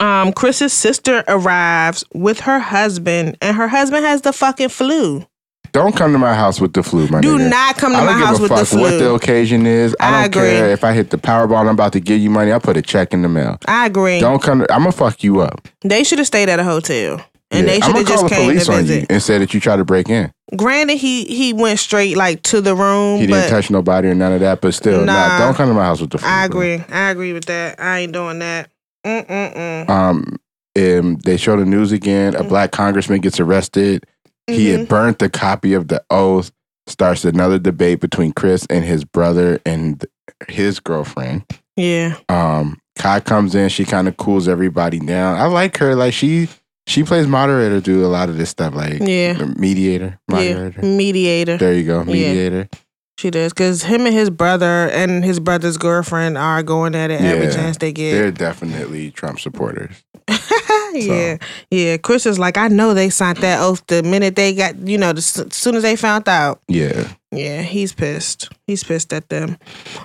Speaker 1: Um, Chris's sister arrives with her husband, and her husband has the fucking flu.
Speaker 2: Don't come to my house with the flu, my
Speaker 1: Do
Speaker 2: nigga.
Speaker 1: not come to
Speaker 2: I
Speaker 1: my
Speaker 2: don't give
Speaker 1: house
Speaker 2: a
Speaker 1: with
Speaker 2: fuck
Speaker 1: the flu.
Speaker 2: what the occasion is. I don't
Speaker 1: I agree.
Speaker 2: care if I hit the Powerball. and I'm about to give you money. I put a check in the mail.
Speaker 1: I agree.
Speaker 2: Don't come. To, I'm gonna fuck you up.
Speaker 1: They should have stayed at a hotel. And
Speaker 2: Yeah.
Speaker 1: they should
Speaker 2: I'm gonna
Speaker 1: have
Speaker 2: call
Speaker 1: just
Speaker 2: the
Speaker 1: came
Speaker 2: police
Speaker 1: to
Speaker 2: on you
Speaker 1: visit.
Speaker 2: and say that you tried to break in.
Speaker 1: Granted, he he went straight like to the room,
Speaker 2: He
Speaker 1: but
Speaker 2: didn't touch nobody or none of that. But still, nah.
Speaker 1: Nah.
Speaker 2: don't come to my house with the flu.
Speaker 1: I
Speaker 2: bro.
Speaker 1: agree. I agree with that. I ain't doing that. Mm mm mm.
Speaker 2: Um, and they show the news again.
Speaker 1: Mm-hmm.
Speaker 2: A black congressman gets arrested. He had burnt the copy of the oath. Starts another debate between Chris and his brother and his girlfriend.
Speaker 1: Yeah.
Speaker 2: Um, Kai comes in. She kind of cools everybody down. I like her. Like she she plays moderator. Do a lot of this stuff. Like
Speaker 1: Yeah.
Speaker 2: mediator, moderator.
Speaker 1: Yeah. Mm. Mediator.
Speaker 2: There you go, mediator.
Speaker 1: She does. Because him and his brother and his brother's girlfriend are going at it every
Speaker 2: Yeah.
Speaker 1: chance they get.
Speaker 2: They're definitely Trump supporters.
Speaker 1: yeah. Yeah. Chris is like, I know they signed that oath the minute they got, you know, the, as soon as they found out.
Speaker 2: Yeah.
Speaker 1: Yeah, he's pissed. He's pissed at them.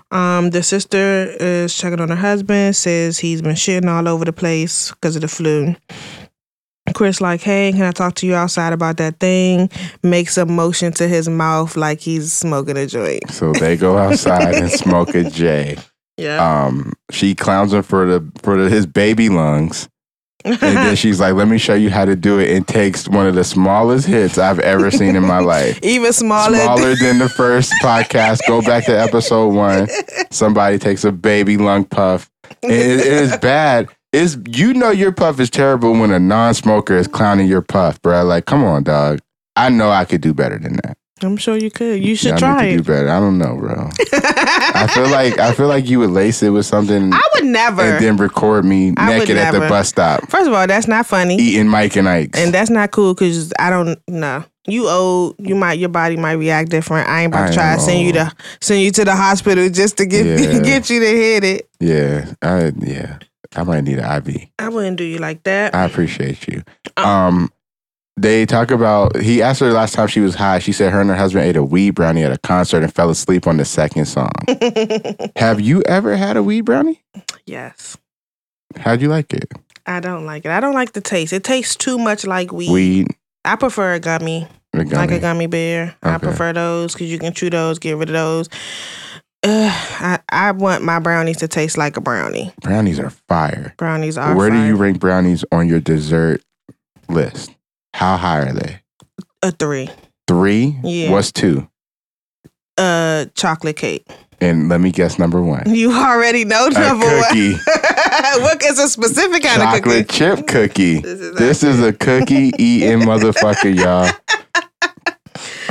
Speaker 1: Um, the sister is checking on her husband, says he's been shitting all over the place because of the flu. Chris like, hey, can I talk to you outside about that thing? Makes a motion to his mouth like he's smoking a joint.
Speaker 2: So they go outside and smoke a J.
Speaker 1: Yeah.
Speaker 2: Um, she clowns him for the for the, his baby lungs, and then she's like, "Let me show you how to do it." And takes one of the smallest hits I've ever seen in my life.
Speaker 1: Even smaller.
Speaker 2: Smaller than the first podcast. Go back to episode one. Somebody takes a baby lung puff. And it- it is bad. It's you know your puff is terrible when a non-smoker is clowning your puff, bro. Like, come on, dog. I know I could do better than that.
Speaker 1: I'm sure you could. You should
Speaker 2: Y'all
Speaker 1: try
Speaker 2: need to
Speaker 1: it.
Speaker 2: do better. I don't know, bro. I
Speaker 1: I
Speaker 2: feel like I feel like you would lace it with something
Speaker 1: would never.
Speaker 2: and then record me
Speaker 1: I would
Speaker 2: naked at the
Speaker 1: never.
Speaker 2: bus stop
Speaker 1: First of all, that's not funny.
Speaker 2: eating Mike and Ike's.
Speaker 1: and that's not cool because I don't know. You old, you might your body might react different. I ain't about to
Speaker 2: I
Speaker 1: try to send you
Speaker 2: know.
Speaker 1: to send you to the hospital just to get
Speaker 2: Yeah.
Speaker 1: get you to hit it.
Speaker 2: yeah, I, yeah. I might need an IV.
Speaker 1: I wouldn't do you like that.
Speaker 2: I appreciate you.
Speaker 1: Uh.
Speaker 2: Um, they talk about he asked her last time she was high. She said her and her husband ate a weed brownie at a concert and fell asleep on the second song. Have you ever had a weed brownie?
Speaker 1: yes,
Speaker 2: How'd you like it?
Speaker 1: I don't like it. I don't like the taste. It tastes too much like weed.
Speaker 2: Weed,
Speaker 1: I prefer a gummy,
Speaker 2: the
Speaker 1: like
Speaker 2: gummy.
Speaker 1: a gummy bear. I
Speaker 2: Okay.
Speaker 1: prefer those because you can chew those, get rid of those. Ugh, I I want my brownies to taste like a brownie.
Speaker 2: brownies are fire.
Speaker 1: Brownies are.
Speaker 2: Where do you
Speaker 1: fire.
Speaker 2: rank brownies on your dessert list? How high are they?
Speaker 1: a three?
Speaker 2: Three.
Speaker 1: Yeah.
Speaker 2: What's two?
Speaker 1: Uh, chocolate cake.
Speaker 2: And let me guess, number one.
Speaker 1: You already know
Speaker 2: A
Speaker 1: number one.
Speaker 2: cookie,
Speaker 1: what is a specific kind
Speaker 2: chocolate
Speaker 1: of cookie?
Speaker 2: chip cookie.
Speaker 1: This is,
Speaker 2: This is a cookie eating motherfucker, y'all.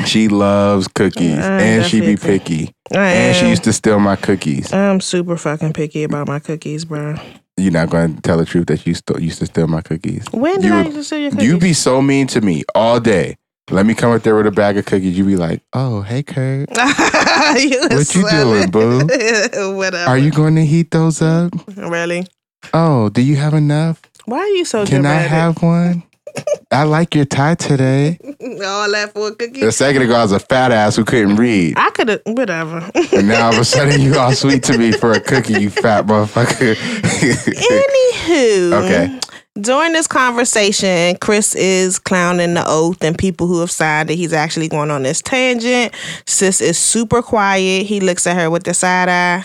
Speaker 2: She loves cookies
Speaker 1: I
Speaker 2: and she be
Speaker 1: Uh, definitely-
Speaker 2: picky.
Speaker 1: I
Speaker 2: And she
Speaker 1: am-
Speaker 2: used to steal my cookies.
Speaker 1: I'm super fucking picky about my cookies, bro.
Speaker 2: You're not going to tell the truth that you st- used to steal my cookies.
Speaker 1: When did
Speaker 2: You-
Speaker 1: I used to steal your cookies?
Speaker 2: You be so mean to me all day. Let me come up there with a bag of cookies. You be like, oh, hey, Kurt.
Speaker 1: You a
Speaker 2: What you doing,
Speaker 1: slut.
Speaker 2: boo?
Speaker 1: Whatever.
Speaker 2: Are you going to heat those up?
Speaker 1: really?
Speaker 2: Oh, do you have enough?
Speaker 1: Why are you so
Speaker 2: Can I
Speaker 1: dramatic?
Speaker 2: have one? I like your tie today.
Speaker 1: All that for a cookie?
Speaker 2: A second ago, I was a fat ass who couldn't read.
Speaker 1: I could have. Whatever.
Speaker 2: And now all of a sudden you all sweet to me for a cookie, you fat motherfucker.
Speaker 1: Anywho,
Speaker 2: Okay.
Speaker 1: During this conversation, Chris is clowning the oath and people who have signed it. He's actually going on this tangent. Sis is super quiet. He looks at her with the side eye.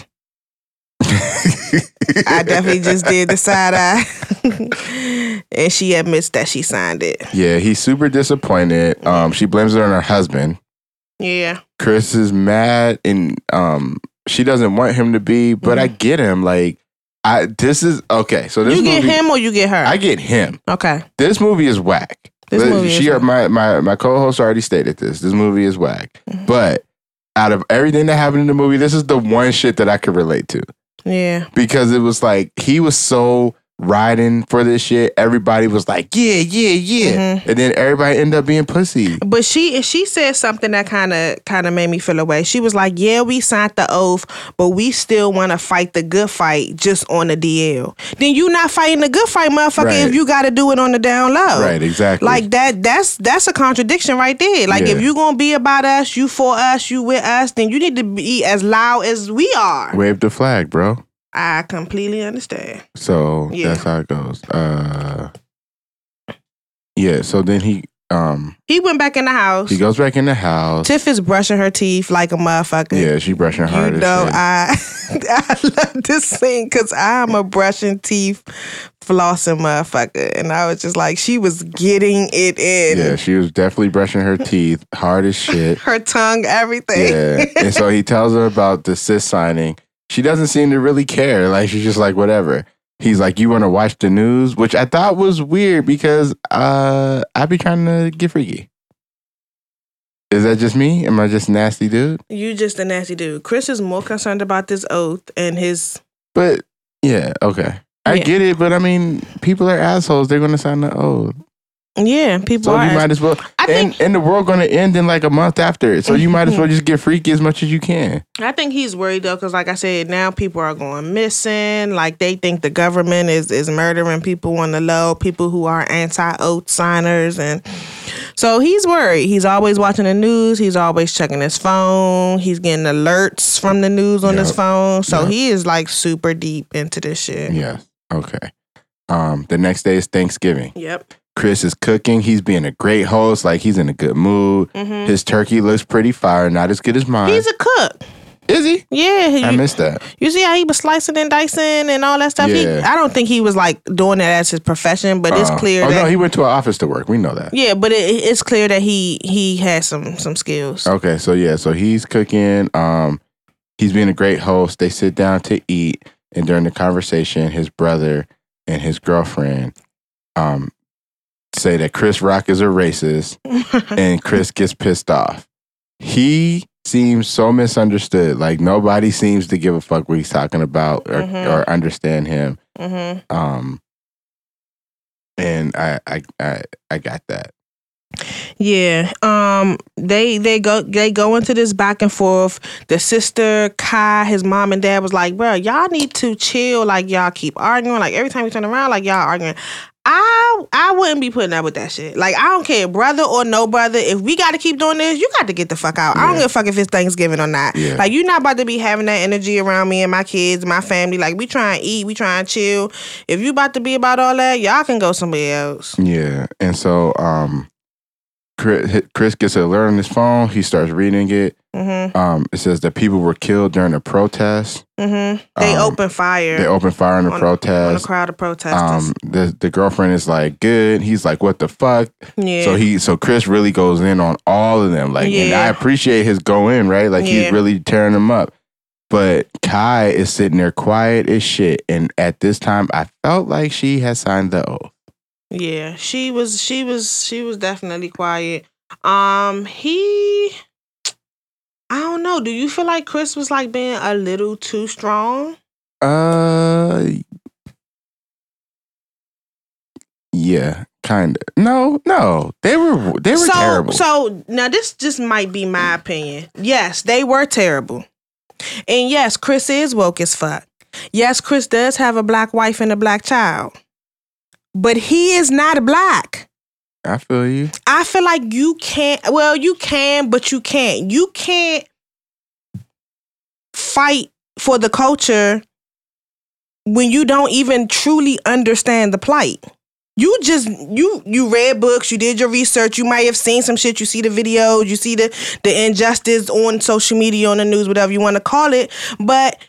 Speaker 1: I definitely just did the side eye. and she admits that she signed it.
Speaker 2: yeah, he's super disappointed. Um, she blames it on her husband.
Speaker 1: Yeah.
Speaker 2: Chris is mad and um she doesn't want him to be, but I get him. Like I this is okay, so this
Speaker 1: Mm-hmm. you get
Speaker 2: movie
Speaker 1: him or you get her?
Speaker 2: I get him.
Speaker 1: okay.
Speaker 2: This movie is whack.
Speaker 1: This
Speaker 2: Let-
Speaker 1: movie
Speaker 2: she
Speaker 1: is whack.
Speaker 2: my my my co-host already stated this. This movie is whack.
Speaker 1: Mm-hmm.
Speaker 2: But out of everything that happened in the movie, this is the one shit that I could relate to.
Speaker 1: Yeah.
Speaker 2: because it was like he was so riding for this shit. Everybody was like, yeah, yeah, yeah,
Speaker 1: Mm-hmm.
Speaker 2: and then everybody ended up being pussy.
Speaker 1: But she she said something that kind of kind of made me feel away. She was like, "Yeah, we signed the oath, but we still want to fight the good fight just on the DL. Then you not fighting the good fight, motherfucker,
Speaker 2: Right.
Speaker 1: if you got to do it on the down low.
Speaker 2: Right, exactly.
Speaker 1: Like that that's that's a contradiction right there. Like
Speaker 2: Yeah.
Speaker 1: if you going to be about us, you for us, you with us, then you need to be as loud as we are.
Speaker 2: wave the flag, bro.
Speaker 1: I completely understand.
Speaker 2: So
Speaker 1: Yeah.
Speaker 2: that's how it goes. Uh, yeah. So then he um
Speaker 1: He went back in the house.
Speaker 2: he goes back in the house.
Speaker 1: Tiff is brushing her teeth like a motherfucker.
Speaker 2: Yeah, she brushing her
Speaker 1: You
Speaker 2: hardest.
Speaker 1: know,
Speaker 2: shit.
Speaker 1: I I love this scene because I'm a brushing teeth, flossing motherfucker, and I was just like, she was getting it in,
Speaker 2: yeah, she was definitely brushing her teeth hard as shit.
Speaker 1: her tongue, everything.
Speaker 2: Yeah. and so he tells her about the sis signing. She doesn't seem to really care. Like she's just like whatever. He's like, you want to watch the news, which I thought was weird because uh, I be trying to get freaky. Is that just me? Am I just nasty dude?
Speaker 1: You just a nasty dude. Chris is more concerned about this oath and his.
Speaker 2: But yeah, okay, I
Speaker 1: Yeah.
Speaker 2: get it. But I mean, people are assholes. They're gonna sign the oath,
Speaker 1: Yeah, people
Speaker 2: so
Speaker 1: are.
Speaker 2: you might as well.
Speaker 1: I
Speaker 2: and
Speaker 1: think Mm-hmm.
Speaker 2: and the world gonna end in like a month after it, so you might as well just get freaky as much as you can.
Speaker 1: I think he's worried though, because like I said, now people are going missing. Like they think the government is is murdering people on the low, people who are anti oath signers, and so he's worried. He's always watching the news. He's always checking his phone. He's getting alerts from the news on his
Speaker 2: Yep.
Speaker 1: phone. So
Speaker 2: Yep.
Speaker 1: he is like super deep into this shit.
Speaker 2: Yes. Okay. Um, the next day is Thanksgiving.
Speaker 1: Yep.
Speaker 2: Chris is cooking. He's being a great host. Like he's in a good mood.
Speaker 1: hmm
Speaker 2: His turkey looks pretty fire, not as good as mine.
Speaker 1: He's a cook.
Speaker 2: is he?
Speaker 1: Yeah.
Speaker 2: I
Speaker 1: you-
Speaker 2: missed that.
Speaker 1: You see how he was slicing and dicing and all that stuff. He,
Speaker 2: Yeah.
Speaker 1: I don't think he was like doing that as his profession, but it's
Speaker 2: Uh,
Speaker 1: clear
Speaker 2: Oh
Speaker 1: that
Speaker 2: no, he went to an office to work. We know that.
Speaker 1: Yeah, but it, it's clear that he he has some some skills.
Speaker 2: Okay, so yeah, so he's cooking. Um, he's being a great host. They sit down to eat, and during the conversation, his brother and his girlfriend, um, say that Chris Rock is a racist. and Chris gets pissed off. He seems so misunderstood. Like nobody seems to give a fuck what he's talking about or,
Speaker 1: Mhm.
Speaker 2: or understand him.
Speaker 1: Mhm.
Speaker 2: Um, and I, I, I, I got that.
Speaker 1: Yeah. Um. They they go they go into this back and forth. The sister Kai, his mom and dad was like, "Bro, y'all need to chill. Like y'all keep arguing. Like every time we turn around, like y'all arguing." I I wouldn't be putting up with that shit. Like I don't care, brother or no brother. If we got to keep doing this, you got to get the fuck out. I don't
Speaker 2: Yeah.
Speaker 1: give a fuck if it's Thanksgiving or not.
Speaker 2: Yeah.
Speaker 1: Like you're not about to be having that energy around me and my kids, my family. Like we try and eat, we try and chill. If you about to be about all that, y'all can go somewhere else.
Speaker 2: Yeah. And so, um, Chris, Chris gets an alert on his phone. He starts reading it.
Speaker 1: Mm-hmm.
Speaker 2: Um, it says that people were killed during a protest.
Speaker 1: Mm-hmm. They
Speaker 2: Um,
Speaker 1: open fire
Speaker 2: They opened fire in the
Speaker 1: On- on on a
Speaker 2: protest.
Speaker 1: crowd of protesters.
Speaker 2: Um, the the girlfriend is like, good. He's like, what the fuck?
Speaker 1: yeah.
Speaker 2: So he so Chris really goes in on all of them. Like and
Speaker 1: Yeah.
Speaker 2: I appreciate his go in, right? Like
Speaker 1: Yeah.
Speaker 2: he's really tearing them up. But Kai is sitting there quiet as shit. And at this time I felt like she had signed the oath.
Speaker 1: yeah. She was she was she was definitely quiet. Um he I don't know. Do you feel like Chris was like being a little too strong?
Speaker 2: Uh Yeah, kinda. No, no. They were they were
Speaker 1: so,
Speaker 2: terrible.
Speaker 1: So now this just might be my opinion. Yes, they were terrible. And yes, Chris is woke as fuck. Yes, Chris does have a black wife and a black child. But he is not black.
Speaker 2: I feel you.
Speaker 1: I feel like you can't well, you can, but you can't. You can't fight for the culture when you don't even truly understand the plight. You just you you read books, you did your research, you might have seen some shit, you see the videos, you see the the injustice on social media, on the news, whatever you want to call it, but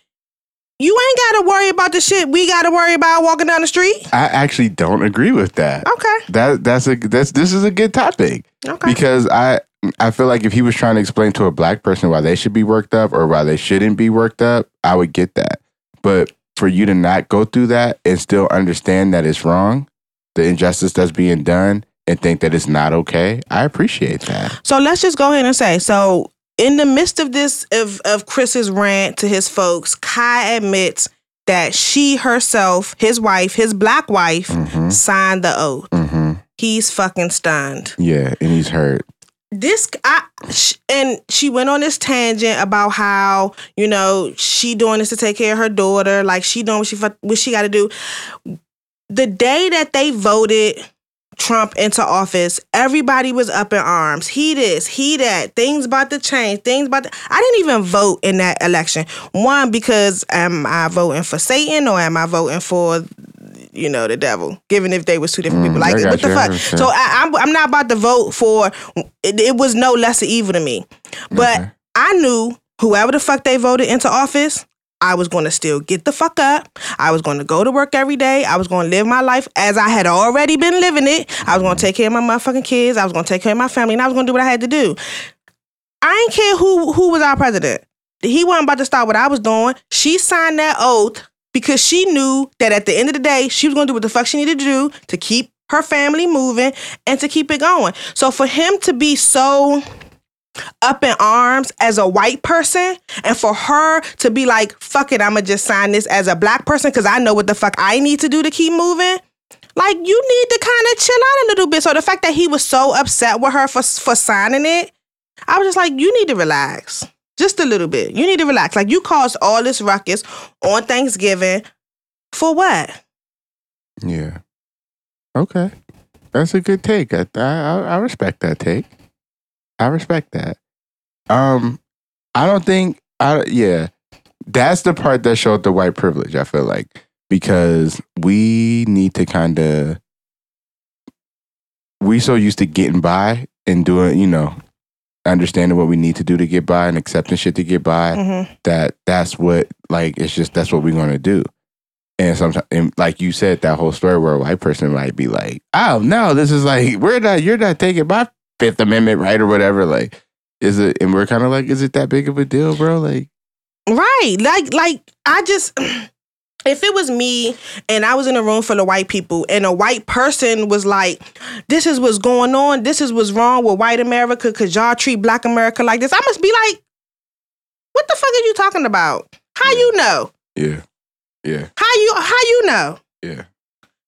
Speaker 1: you ain't got to worry about the shit we got to worry about walking down the street.
Speaker 2: I actually don't agree with that.
Speaker 1: Okay.
Speaker 2: That that's a that's this is a good topic.
Speaker 1: Okay.
Speaker 2: because I I feel like if he was trying to explain to a black person why they should be worked up or why they shouldn't be worked up, I would get that. But for you to not go through that and still understand that it's wrong, the injustice that's being done, and think that it's not okay, I appreciate that.
Speaker 1: So let's just go ahead and say so. In the midst of this, of, of Chris's rant to his folks, Kai admits that she herself, his wife, his black wife,
Speaker 2: hmm
Speaker 1: signed the oath.
Speaker 2: hmm
Speaker 1: He's fucking stunned.
Speaker 2: Yeah, and he's hurt.
Speaker 1: This I sh- and she went on this tangent about how you know she doing this to take care of her daughter, like she doing what she fu- what she got to do. The day that they voted Trump into office, everybody was up in arms. He this, he that. Things about to change. Things about. To, I didn't even vote in that election. One because am I voting for Satan or am I voting for you know, the devil, given if they was two different
Speaker 2: Mm,
Speaker 1: people. Like,
Speaker 2: I
Speaker 1: what
Speaker 2: got
Speaker 1: the
Speaker 2: you. I
Speaker 1: fuck?
Speaker 2: understand.
Speaker 1: So I, I'm, I'm not about to vote for, it, it was no lesser evil to me. But
Speaker 2: Okay.
Speaker 1: I knew whoever the fuck they voted into office, I was going to still get the fuck up. I was going to go to work every day. I was going to live my life as I had already been living it. I was going to take care of my motherfucking kids. I was going to take care of my family, and I was going to do what I had to do. I ain't care who who was our president. He wasn't about to stop what I was doing. She signed that oath because she knew that at the end of the day, she was going to do what the fuck she needed to do to keep her family moving and to keep it going. So for him to be so up in arms as a white person and for her to be like, fuck it, I'ma just sign this as a black person because I know what the fuck I need to do to keep moving. Like you need to kind of chill out a little bit. So the fact that he was so upset with her for for signing it, I was just like, you need to relax. Just a little bit. You need to relax. Like you caused all this ruckus on Thanksgiving for what?
Speaker 2: Yeah. Okay. That's a good take. I, I I respect that take. I respect that. Um, I don't think I yeah. That's the part that showed the white privilege. I feel like because we need to kind of we so used to getting by and doing you know understanding what we need to do to get by and accepting shit to get by
Speaker 1: Mm-hmm.
Speaker 2: that that's what like it's just that's what we're gonna do. And sometimes, and like you said, that whole story where a white person might be like, "Oh no, this is like we're not you're not taking my Fifth Amendment right or whatever." Like, is it? And we're kind of like, is it that big of a deal, bro? Like,
Speaker 1: Right. Like like I just if it was me and I was in a room full of white people and a white person was like, this is what's going on, this is what's wrong with white America, cause y'all treat black America like this, I must be like, what the fuck are you talking about? How you know?
Speaker 2: yeah, yeah,
Speaker 1: How you how you know?
Speaker 2: yeah,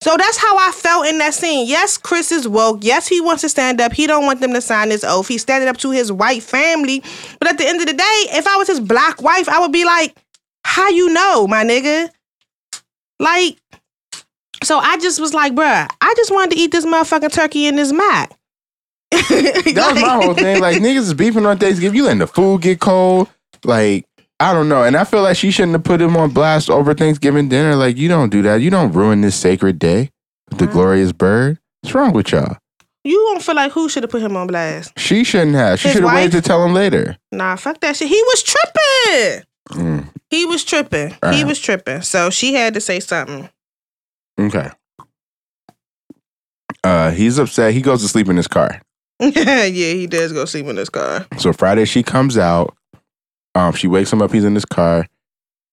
Speaker 1: So that's how I felt in that scene. Yes, Chris is woke. Yes, he wants to stand up. He don't want them to sign this oath. He's standing up to his white family. But at the end of the day, if I was his black wife, I would be like, "How you know, my nigga?" Like, so I just was like, "Bruh, I just wanted to eat this motherfucking turkey in this mac."
Speaker 2: that was my whole thing. Like, niggas is beefing on Thanksgiving. You letting the food get cold. Like, I don't know. And I feel like she shouldn't have put him on blast over Thanksgiving dinner. Like, you don't do that. You don't ruin this sacred day with the glorious bird. What's wrong with y'all?
Speaker 1: You don't feel like who should have put him on blast?
Speaker 2: She shouldn't have. She
Speaker 1: His
Speaker 2: should have
Speaker 1: wife?
Speaker 2: waited to tell him later.
Speaker 1: Nah, fuck that shit. He was tripping.
Speaker 2: Mm,
Speaker 1: He was tripping. He
Speaker 2: Alright.
Speaker 1: was tripping. So she had to say something.
Speaker 2: okay. Uh, he's upset. He goes to sleep in his car.
Speaker 1: yeah, he does go sleep in his car.
Speaker 2: So Friday she comes out. Um, she wakes him up. He's in his car,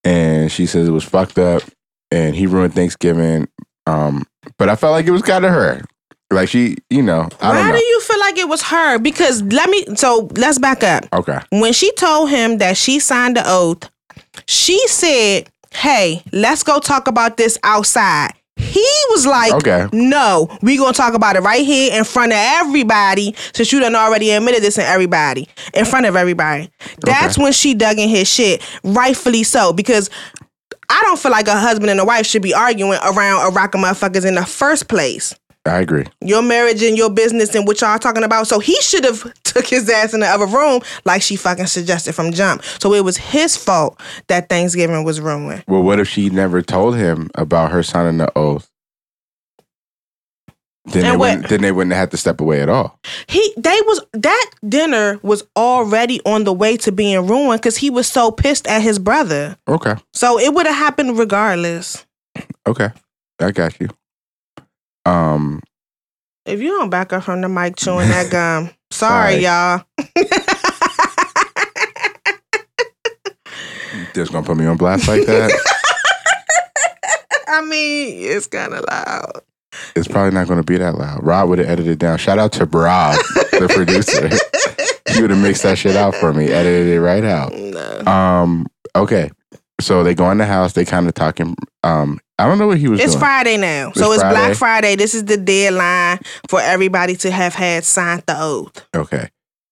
Speaker 2: and she says it was fucked up, and he ruined Thanksgiving. Um, but I felt like it was kind of her. Like she, you know, I
Speaker 1: Why
Speaker 2: don't
Speaker 1: do
Speaker 2: know.
Speaker 1: you feel like it was her? Because let me. So let's back up.
Speaker 2: Okay.
Speaker 1: When she told him that she signed the oath, she said, "Hey, let's go talk about this outside." He was like,
Speaker 2: Okay.
Speaker 1: "No, we gonna talk about it right here in front of everybody, since you done already admitted this in everybody, in front of everybody." That's when she dug in his shit, rightfully so, because. I don't feel like a husband and a wife should be arguing around a rock of motherfuckers in the first place
Speaker 2: I agree.
Speaker 1: your marriage and your business and what y'all talking about. So he should have took his ass in the other room like she fucking suggested from jump. So it was his fault that Thanksgiving was ruined.
Speaker 2: Well, what if she never told him about her signing the oath? Then
Speaker 1: And
Speaker 2: they
Speaker 1: what-
Speaker 2: wouldn't, then they wouldn't have had to step away at all.
Speaker 1: He they was that dinner was already on the way to being ruined because he was so pissed at his brother.
Speaker 2: Okay.
Speaker 1: So it would have happened regardless.
Speaker 2: Okay. I got you. Um
Speaker 1: If you don't back up from the mic chewing that gum, sorry,
Speaker 2: Sorry.
Speaker 1: y'all.
Speaker 2: just gonna put me on blast like that.
Speaker 1: I mean, it's kind of loud.
Speaker 2: it's probably not gonna be that loud. Rob would have edited it down. Shout out to Rob, the producer. he would have mixed that shit out for me, edited it right out.
Speaker 1: No.
Speaker 2: Um, okay. So they go in the house, they kinda talking um I don't know what he was
Speaker 1: It's
Speaker 2: doing.
Speaker 1: Friday now. so
Speaker 2: It's
Speaker 1: it's Black
Speaker 2: Friday.
Speaker 1: Friday. This is the deadline for everybody to have had signed the oath.
Speaker 2: Okay.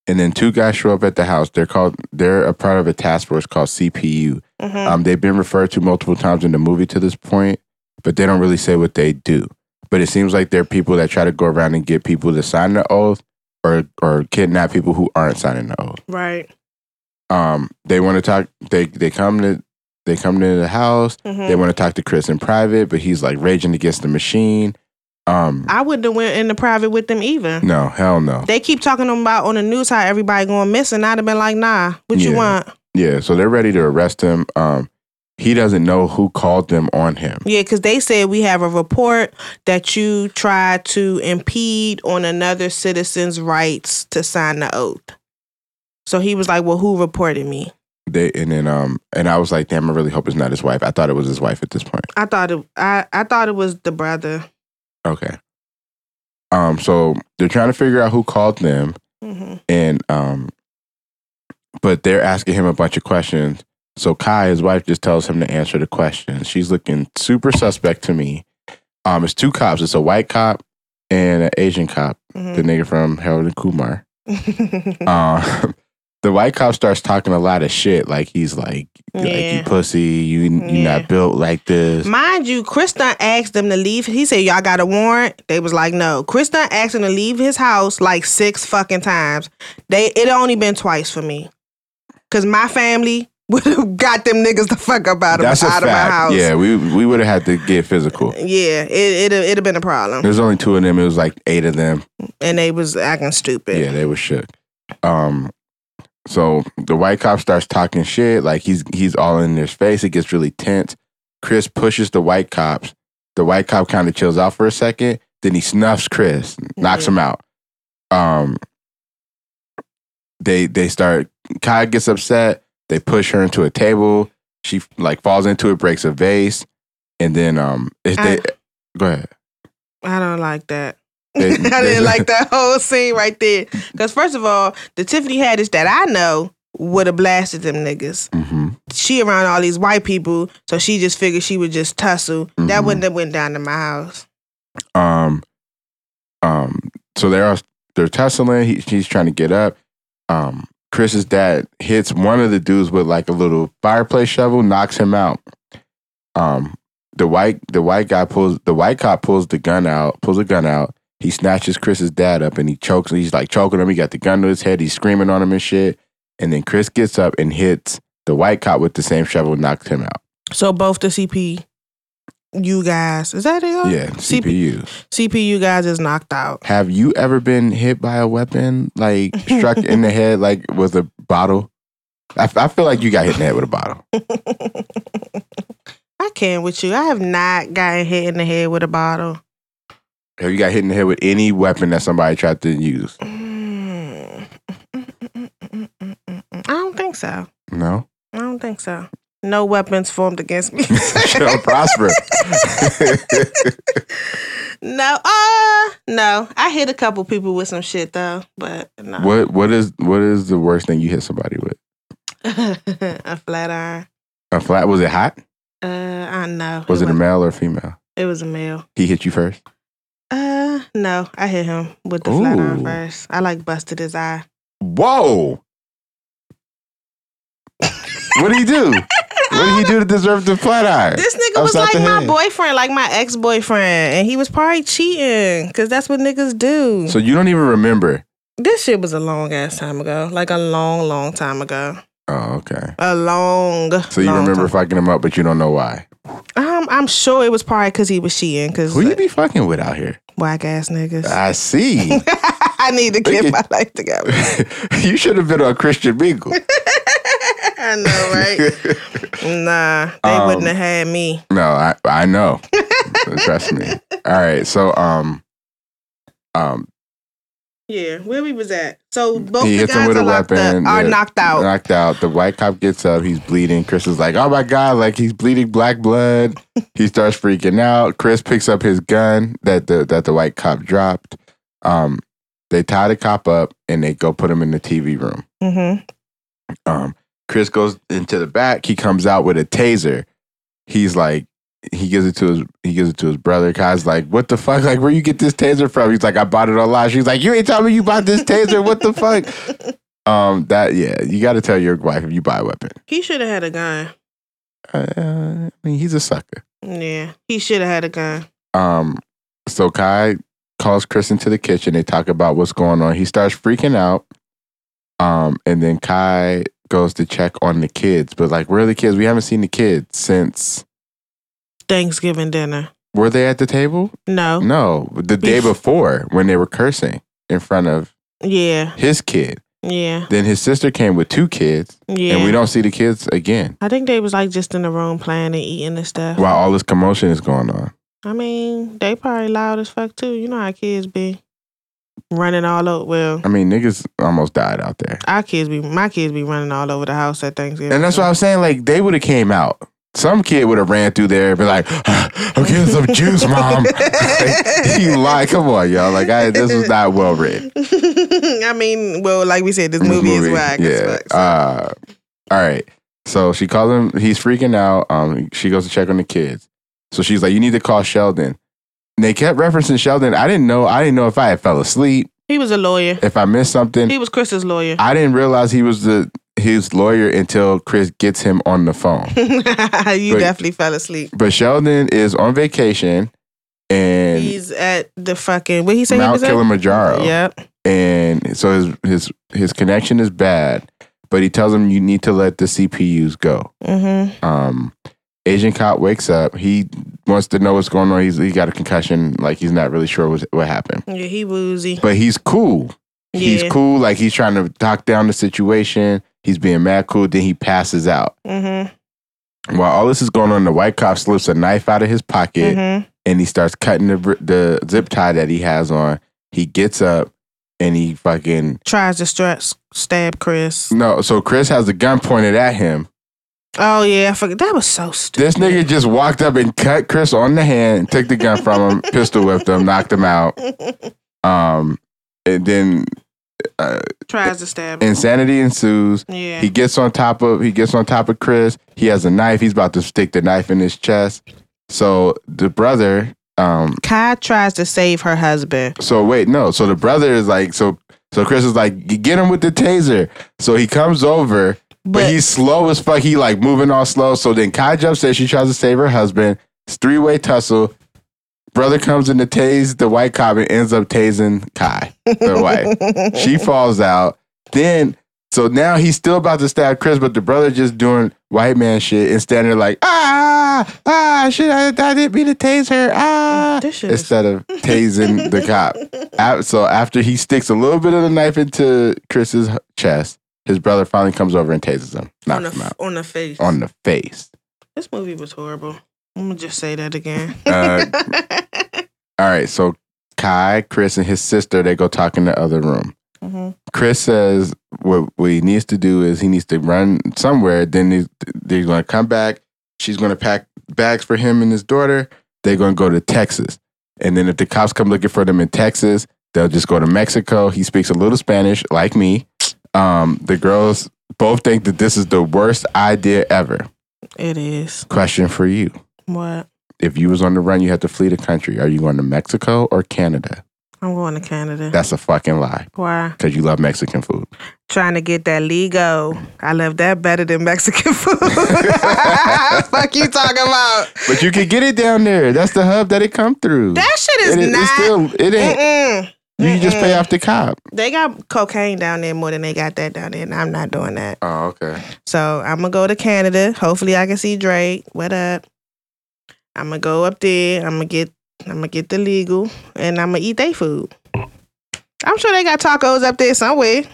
Speaker 2: And then two guys show up at the house. They're called they're a part of a task force called CPU.
Speaker 1: hmm
Speaker 2: Um, they've been referred to multiple times in the movie to this point, but they don't really say what they do. But it seems like they're people that try to go around and get people to sign the oath or or kidnap people who aren't signing the oath.
Speaker 1: right.
Speaker 2: Um, they want to talk. They they come to They come into the house.
Speaker 1: Mhm.
Speaker 2: They want to talk to Chris in private, but he's like raging against the machine. Um,
Speaker 1: I wouldn't have went in the private with them either.
Speaker 2: no, hell no.
Speaker 1: They keep talking about on the news how everybody going missing. I'd have been like, nah, what you
Speaker 2: Yeah.
Speaker 1: want?
Speaker 2: Yeah, so they're ready to arrest him. Um, he doesn't know who called them on him.
Speaker 1: Yeah, because they said we have a report that you tried to impede on another citizen's rights to sign the oath. So he was like, well, who reported me?
Speaker 2: They and then um and I was like, damn, I really hope it's not his wife. I thought it was his wife at this point.
Speaker 1: I thought it. I, I thought it was the brother.
Speaker 2: Okay. Um, so they're trying to figure out who called them,
Speaker 1: hmm
Speaker 2: and um, but they're asking him a bunch of questions. So Kai, his wife, just tells him to answer the questions. She's looking super suspect to me. Um, it's two cops. It's a white cop and an Asian cop.
Speaker 1: Mm.
Speaker 2: The nigga from Harold and Kumar.
Speaker 1: mm-hmm.
Speaker 2: um, the white cop starts talking a lot of shit. Like he's like, like you
Speaker 1: Yeah.
Speaker 2: pussy, you you
Speaker 1: Yeah.
Speaker 2: not built like this.
Speaker 1: Mind you, Chris Dunn asked them to leave. He said, Y'all got a warrant? They was like, No. Chris Dunn asked them to leave his house like six fucking times. They it only been twice for me. Cause my family would have got them niggas the fuck up out of,
Speaker 2: That's a
Speaker 1: out of my
Speaker 2: fact.
Speaker 1: house.
Speaker 2: Yeah, we we would have had to get physical.
Speaker 1: Yeah, it it it'd have been a problem,
Speaker 2: There's only two of them. It was like eight of them.
Speaker 1: and they was acting stupid.
Speaker 2: Yeah, they were shook. Um, so the white cop starts talking shit. Like he's he's all in their face. It gets really tense. Chris pushes the white cops. The white cop kind of chills out for a second. Then he snuffs Chris, knocks
Speaker 1: Mhm.
Speaker 2: him out. Um, they they start. Kai gets upset. They push her into a table. She like falls into it, breaks a vase, and then um, if they
Speaker 1: I-
Speaker 2: go ahead.
Speaker 1: I don't like that.
Speaker 2: They-
Speaker 1: I
Speaker 2: they-
Speaker 1: didn't like that whole scene right there. Because first of all, the Tiffany Haddish that I know would have blasted them niggas.
Speaker 2: Mhm.
Speaker 1: She around all these white people, so she just figured she would just tussle. That
Speaker 2: Mhm.
Speaker 1: wouldn't have went down to my house.
Speaker 2: Um, um, so they're all- they're tussling. He, she's trying to get up. Um, Chris's dad hits one of the dudes with like a little fireplace shovel, knocks him out. Um, the white the white guy pulls the white cop pulls the gun out, pulls a gun out. He snatches Chris's dad up and he chokes. He's like choking him. He got the gun to his head. He's screaming on him and shit. And then Chris gets up and hits the white cop with the same shovel, knocks him out.
Speaker 1: So both the CP, you guys, is that it? y'all?
Speaker 2: Yeah, CPUs.
Speaker 1: CP, you guys is knocked out.
Speaker 2: Have you ever been hit by a weapon, like struck in the head, like with a bottle? I, f- I feel like you got hit in the head with a bottle.
Speaker 1: I can with you. I have not gotten hit in the head with a bottle.
Speaker 2: Have you got hit in the head with any weapon that somebody tried to use?
Speaker 1: Mm. I don't think so.
Speaker 2: No,
Speaker 1: I don't think so. No weapons formed against me.
Speaker 2: She'll prosper.
Speaker 1: no, uh, no. I hit a couple people with some shit though, but no.
Speaker 2: what what is what is the worst thing you hit somebody with?
Speaker 1: a flat iron.
Speaker 2: A flat? Was it hot?
Speaker 1: Uh, I know.
Speaker 2: Was it a
Speaker 1: wa-
Speaker 2: male or female?
Speaker 1: It was a male.
Speaker 2: He hit you first.
Speaker 1: Uh, no. I hit him with the flat iron
Speaker 2: Ooh.
Speaker 1: first. I like busted his eye.
Speaker 2: Whoa! what did he do? What did he do to deserve the flat eye?
Speaker 1: This nigga was
Speaker 2: Upside
Speaker 1: like
Speaker 2: the
Speaker 1: my
Speaker 2: head.
Speaker 1: boyfriend, like my ex boyfriend, and he was probably cheating because that's what niggas do.
Speaker 2: So you don't even remember.
Speaker 1: this shit was a long ass time ago, like a long, long time ago.
Speaker 2: Oh, okay.
Speaker 1: a long.
Speaker 2: So you
Speaker 1: long
Speaker 2: remember
Speaker 1: time.
Speaker 2: fucking him up, but you don't know why.
Speaker 1: Um, I'm sure it was probably because he was cheating. Because
Speaker 2: Who you be fucking with out here?
Speaker 1: whack ass niggas. I,
Speaker 2: I see.
Speaker 1: need to
Speaker 2: Look
Speaker 1: get
Speaker 2: at-
Speaker 1: my life together.
Speaker 2: you should have been on Christian Mingle.
Speaker 1: I know, right? nah, they
Speaker 2: Um,
Speaker 1: wouldn't have had me.
Speaker 2: no, I I know. Trust me. All right. So um um
Speaker 1: Yeah, where we was at. So both
Speaker 2: he
Speaker 1: the
Speaker 2: hits him
Speaker 1: guys
Speaker 2: with
Speaker 1: are,
Speaker 2: a
Speaker 1: locked up-
Speaker 2: weapon.
Speaker 1: are
Speaker 2: yeah,
Speaker 1: knocked out.
Speaker 2: Knocked out. The white cop gets up. He's bleeding. Chris is like, "Oh my god!" Like he's bleeding black blood. He starts freaking out. Chris picks up his gun that the that the white cop dropped. Um, they tie the cop up and they go put him in the TV room.
Speaker 1: Mm-hmm.
Speaker 2: Um, Chris goes into the back. He comes out with a taser. He's like, he gives it to his he gives it to his brother. Kai's like, what the fuck? Like, where you get this taser from? He's like, I bought it online. She's like, you ain't telling me you bought this taser. What the fuck? Um, that yeah, you got to tell your wife if you buy a weapon.
Speaker 1: He should have had a gun.
Speaker 2: Uh, I mean, he's a sucker.
Speaker 1: Yeah, he should have had a gun.
Speaker 2: Um, so Kai calls Chris into the kitchen. They talk about what's going on. He starts freaking out. Um, and then Kai goes to check on the kids. But like, where are the kids? We haven't seen the kids since.
Speaker 1: Thanksgiving dinner.
Speaker 2: Were they at the table?
Speaker 1: No.
Speaker 2: No, the day
Speaker 1: Bef-
Speaker 2: before when they were cursing in front of
Speaker 1: Yeah.
Speaker 2: his kid.
Speaker 1: Yeah.
Speaker 2: Then his sister came with two kids,
Speaker 1: Yeah.
Speaker 2: and we don't see the kids again
Speaker 1: I think they was like just in the room playing and eating and stuff.
Speaker 2: while all this commotion is going on.
Speaker 1: I mean, they probably loud as fuck too. You know how kids be running all over. Well,
Speaker 2: I mean, niggas almost died out there.
Speaker 1: our kids be my kids be running all over the house at Thanksgiving.
Speaker 2: And that's
Speaker 1: too.
Speaker 2: what I was saying. Like they would have came out. Some kid would have ran through there and been like, "I'm getting some juice, mom." Like, you lie. Come on, y'all. Like I, this was not well written.
Speaker 1: I mean, well, like we said, this
Speaker 2: This
Speaker 1: movie, is whack as
Speaker 2: Yeah.
Speaker 1: fuck. so.
Speaker 2: Uh, all right. So she calls him. He's freaking out. Um, she goes to check on the kids. So she's like, "You need to call Sheldon." And they kept referencing Sheldon. I didn't know. I didn't know if I had fell asleep,
Speaker 1: he was a lawyer.
Speaker 2: if I missed something.
Speaker 1: He was Chris's lawyer.
Speaker 2: I didn't realize he was the his lawyer until Chris gets him on the phone.
Speaker 1: you
Speaker 2: But-
Speaker 1: definitely fell asleep.
Speaker 2: But Sheldon is on vacation and
Speaker 1: He's at the fucking. What he say? he
Speaker 2: Mount
Speaker 1: was at?
Speaker 2: Kilimanjaro.
Speaker 1: Yep.
Speaker 2: And so his his his connection is bad, but he tells him you need to let the CPUs go.
Speaker 1: Mm-hmm.
Speaker 2: Um Asian cop wakes up. He wants to know what's going on. He's he got a concussion, like he's not really sure what what happened.
Speaker 1: Yeah, he woozy.
Speaker 2: But he's cool. He's
Speaker 1: yeah.
Speaker 2: cool, like he's trying to talk down the situation. He's being mad cool, then he passes out.
Speaker 1: Mm-hmm.
Speaker 2: While all this is going on, the white cop slips a knife out of his pocket.
Speaker 1: Mm-hmm.
Speaker 2: and he starts cutting the the zip tie that he has on. He gets up and he fucking
Speaker 1: Tries to stress, stab Chris.
Speaker 2: no. So Chris has a gun pointed at him.
Speaker 1: Oh yeah, I forgot. That was so stupid.
Speaker 2: This nigga just walked up and cut Chris on the hand, took the gun from him, pistol whipped him, knocked him out. Um, and then
Speaker 1: Tries to stab. Him.
Speaker 2: insanity ensues.
Speaker 1: Yeah.
Speaker 2: He gets on top of he gets on top of Chris. He has a knife. He's about to stick the knife in his chest. So the brother, um,
Speaker 1: Kai tries to save her husband.
Speaker 2: So wait, no. So the brother is like, so so Chris is like, "You get him with the taser. So he comes over, but,
Speaker 1: But,
Speaker 2: he's slow as fuck. He like moving all slow. So then Kai jumps in. She tries to save her husband. It's three way tussle. Brother comes in to tase the white cop and ends up tasing Kai, the wife. She falls out. Then so now he's still about to stab Chris, but the brother just doing white man shit and standing there like ah ah shit I, I didn't mean to tase her ah
Speaker 1: This shit is-
Speaker 2: instead of tasing the cop. Af- So after he sticks a little bit of the knife into Chris's h- chest, his brother finally comes over and tases him,
Speaker 1: on
Speaker 2: knocks
Speaker 1: the
Speaker 2: him out
Speaker 1: on the face.
Speaker 2: on the face.
Speaker 1: this movie was horrible. I'm gonna just say that again.
Speaker 2: Uh, all right, so Kai, Chris, and his sister they go talk in the other room.
Speaker 1: Mhm.
Speaker 2: Chris says what, what he needs to do is he needs to run somewhere. Then they, they're going to come back. She's going to pack bags for him and his daughter. They're going to go to Texas. And then if the cops come looking for them in Texas, they'll just go to Mexico. He speaks a little Spanish, like me. Um, the girls both think that this is the worst idea ever.
Speaker 1: It is
Speaker 2: Question for you:
Speaker 1: what
Speaker 2: If you was on the run, you had to flee the country. Are you going to Mexico or Canada?
Speaker 1: I'm going to Canada.
Speaker 2: That's a fucking lie
Speaker 1: Why?
Speaker 2: because you love Mexican food.
Speaker 1: Trying to get that Ligo. I love that better than Mexican food. Fuck you talking about?
Speaker 2: But you can get it down there. That's the hub that it come through.
Speaker 1: That shit is
Speaker 2: It-
Speaker 1: not.
Speaker 2: It's still. It ain't.
Speaker 1: Mm-mm.
Speaker 2: You can just pay off the cop.
Speaker 1: They got cocaine down there more than they got that down there, and I'm not doing that.
Speaker 2: Oh, okay.
Speaker 1: So I'm gonna go to Canada. Hopefully, I can see Drake. What up? I'm gonna go up there. I'm gonna get. I'm gonna get the legal, and I'm gonna eat their food. I'm sure they got tacos up there somewhere.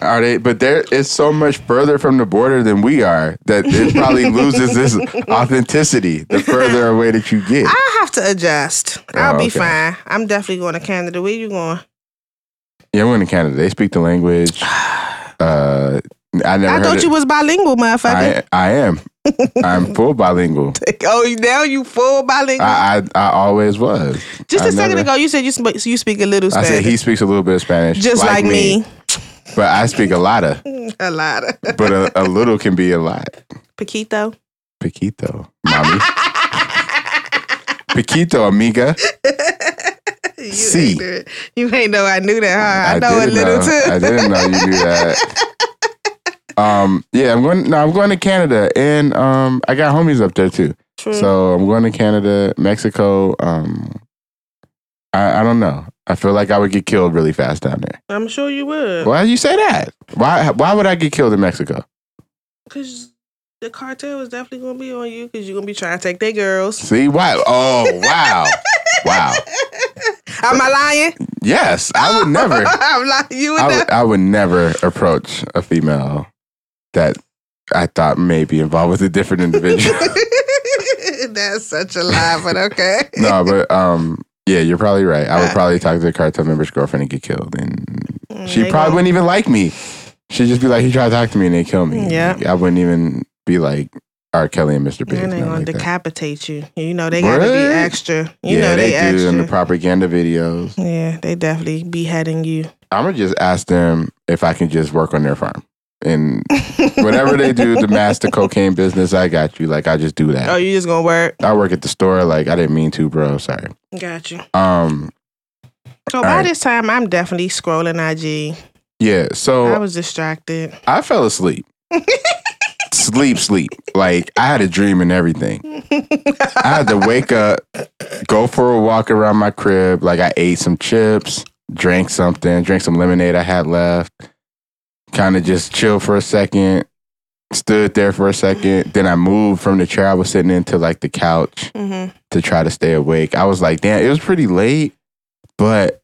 Speaker 2: Are they? But there, it's so much further from the border than we are that it probably loses this authenticity the further away that you get.
Speaker 1: I have to adjust. I'll
Speaker 2: Oh,
Speaker 1: be
Speaker 2: okay.
Speaker 1: fine. I'm definitely going to Canada. Where you going?
Speaker 2: Yeah, I went to Canada. They speak the language. Uh, I never.
Speaker 1: I
Speaker 2: heard
Speaker 1: thought
Speaker 2: it.
Speaker 1: you was bilingual, motherfucker.
Speaker 2: I, I am. I'm full bilingual.
Speaker 1: oh, now you full bilingual.
Speaker 2: I I, I always was.
Speaker 1: Just a
Speaker 2: I
Speaker 1: a second
Speaker 2: never-
Speaker 1: ago, you said you sp- you speak a little
Speaker 2: I
Speaker 1: Spanish.
Speaker 2: said he speaks a little bit of Spanish,
Speaker 1: just like, me.
Speaker 2: but I speak a lot of.
Speaker 1: A lot of
Speaker 2: But a, a little can be a lot.
Speaker 1: Paquito.
Speaker 2: Paquito, mommy. Paquito, amiga.
Speaker 1: you
Speaker 2: See.
Speaker 1: ignorant. you ain't know I knew that. Huh? I, know a
Speaker 2: didn't
Speaker 1: little
Speaker 2: know-
Speaker 1: too.
Speaker 2: I didn't know you knew that. Um, yeah, I'm going. No, I'm going to Canada, and um, I got homies up there too.
Speaker 1: True.
Speaker 2: So I'm going to Canada, Mexico. Um, I, I don't know. I feel like I would get killed really fast down there.
Speaker 1: I'm sure you would.
Speaker 2: Why do you say that? Why why would I get killed in Mexico?
Speaker 1: Because the cartel is definitely going to be on you because you're going to be trying to take their girls.
Speaker 2: See why? Oh wow, wow.
Speaker 1: Am I lying?
Speaker 2: Yes, I would never.
Speaker 1: I'm lying. You would
Speaker 2: I
Speaker 1: never.
Speaker 2: would, I would never approach a female that I thought may be involved with a different individual.
Speaker 1: That's such a lie, but okay.
Speaker 2: no, but um, yeah, you're probably right. I would
Speaker 1: Uh.
Speaker 2: probably talk to the cartel member's girlfriend and get killed, and
Speaker 1: Mm,
Speaker 2: she
Speaker 1: they
Speaker 2: probably
Speaker 1: gon-
Speaker 2: wouldn't even like me. She'd just be like, "He tried to talk to me and they kill me."
Speaker 1: Yeah.
Speaker 2: Like, I wouldn't even be like R. Kelly and Mr. Big.
Speaker 1: And they're
Speaker 2: nothing
Speaker 1: gonna
Speaker 2: like that.
Speaker 1: decapitate you. You know they gotta be
Speaker 2: What?
Speaker 1: extra. You
Speaker 2: yeah,
Speaker 1: know
Speaker 2: they,
Speaker 1: they,
Speaker 2: do in the
Speaker 1: extra.
Speaker 2: propaganda videos.
Speaker 1: yeah, they definitely beheading you.
Speaker 2: I'm gonna just ask them if I can just work on their farm and whatever they do to master cocaine business. I got you. Like I just do that.
Speaker 1: Oh, you just gonna work?
Speaker 2: I work at the store. Like I didn't mean to, bro. Sorry.
Speaker 1: Got you.
Speaker 2: Um.
Speaker 1: So by
Speaker 2: right.
Speaker 1: this time, I'm definitely scrolling IG.
Speaker 2: Yeah. So
Speaker 1: I was distracted.
Speaker 2: I fell asleep. sleep, sleep. Like I had a dream and everything.
Speaker 1: Mm-hmm.
Speaker 2: I had to wake up, go for a walk around my crib. Like I ate some chips, drank something, drank some lemonade I had left. Kind of just chill for a second. Stood there for a second. Then I moved from the chair I was sitting in to like the couch
Speaker 1: hmm
Speaker 2: to try to stay awake. I was like, damn, it was pretty late, but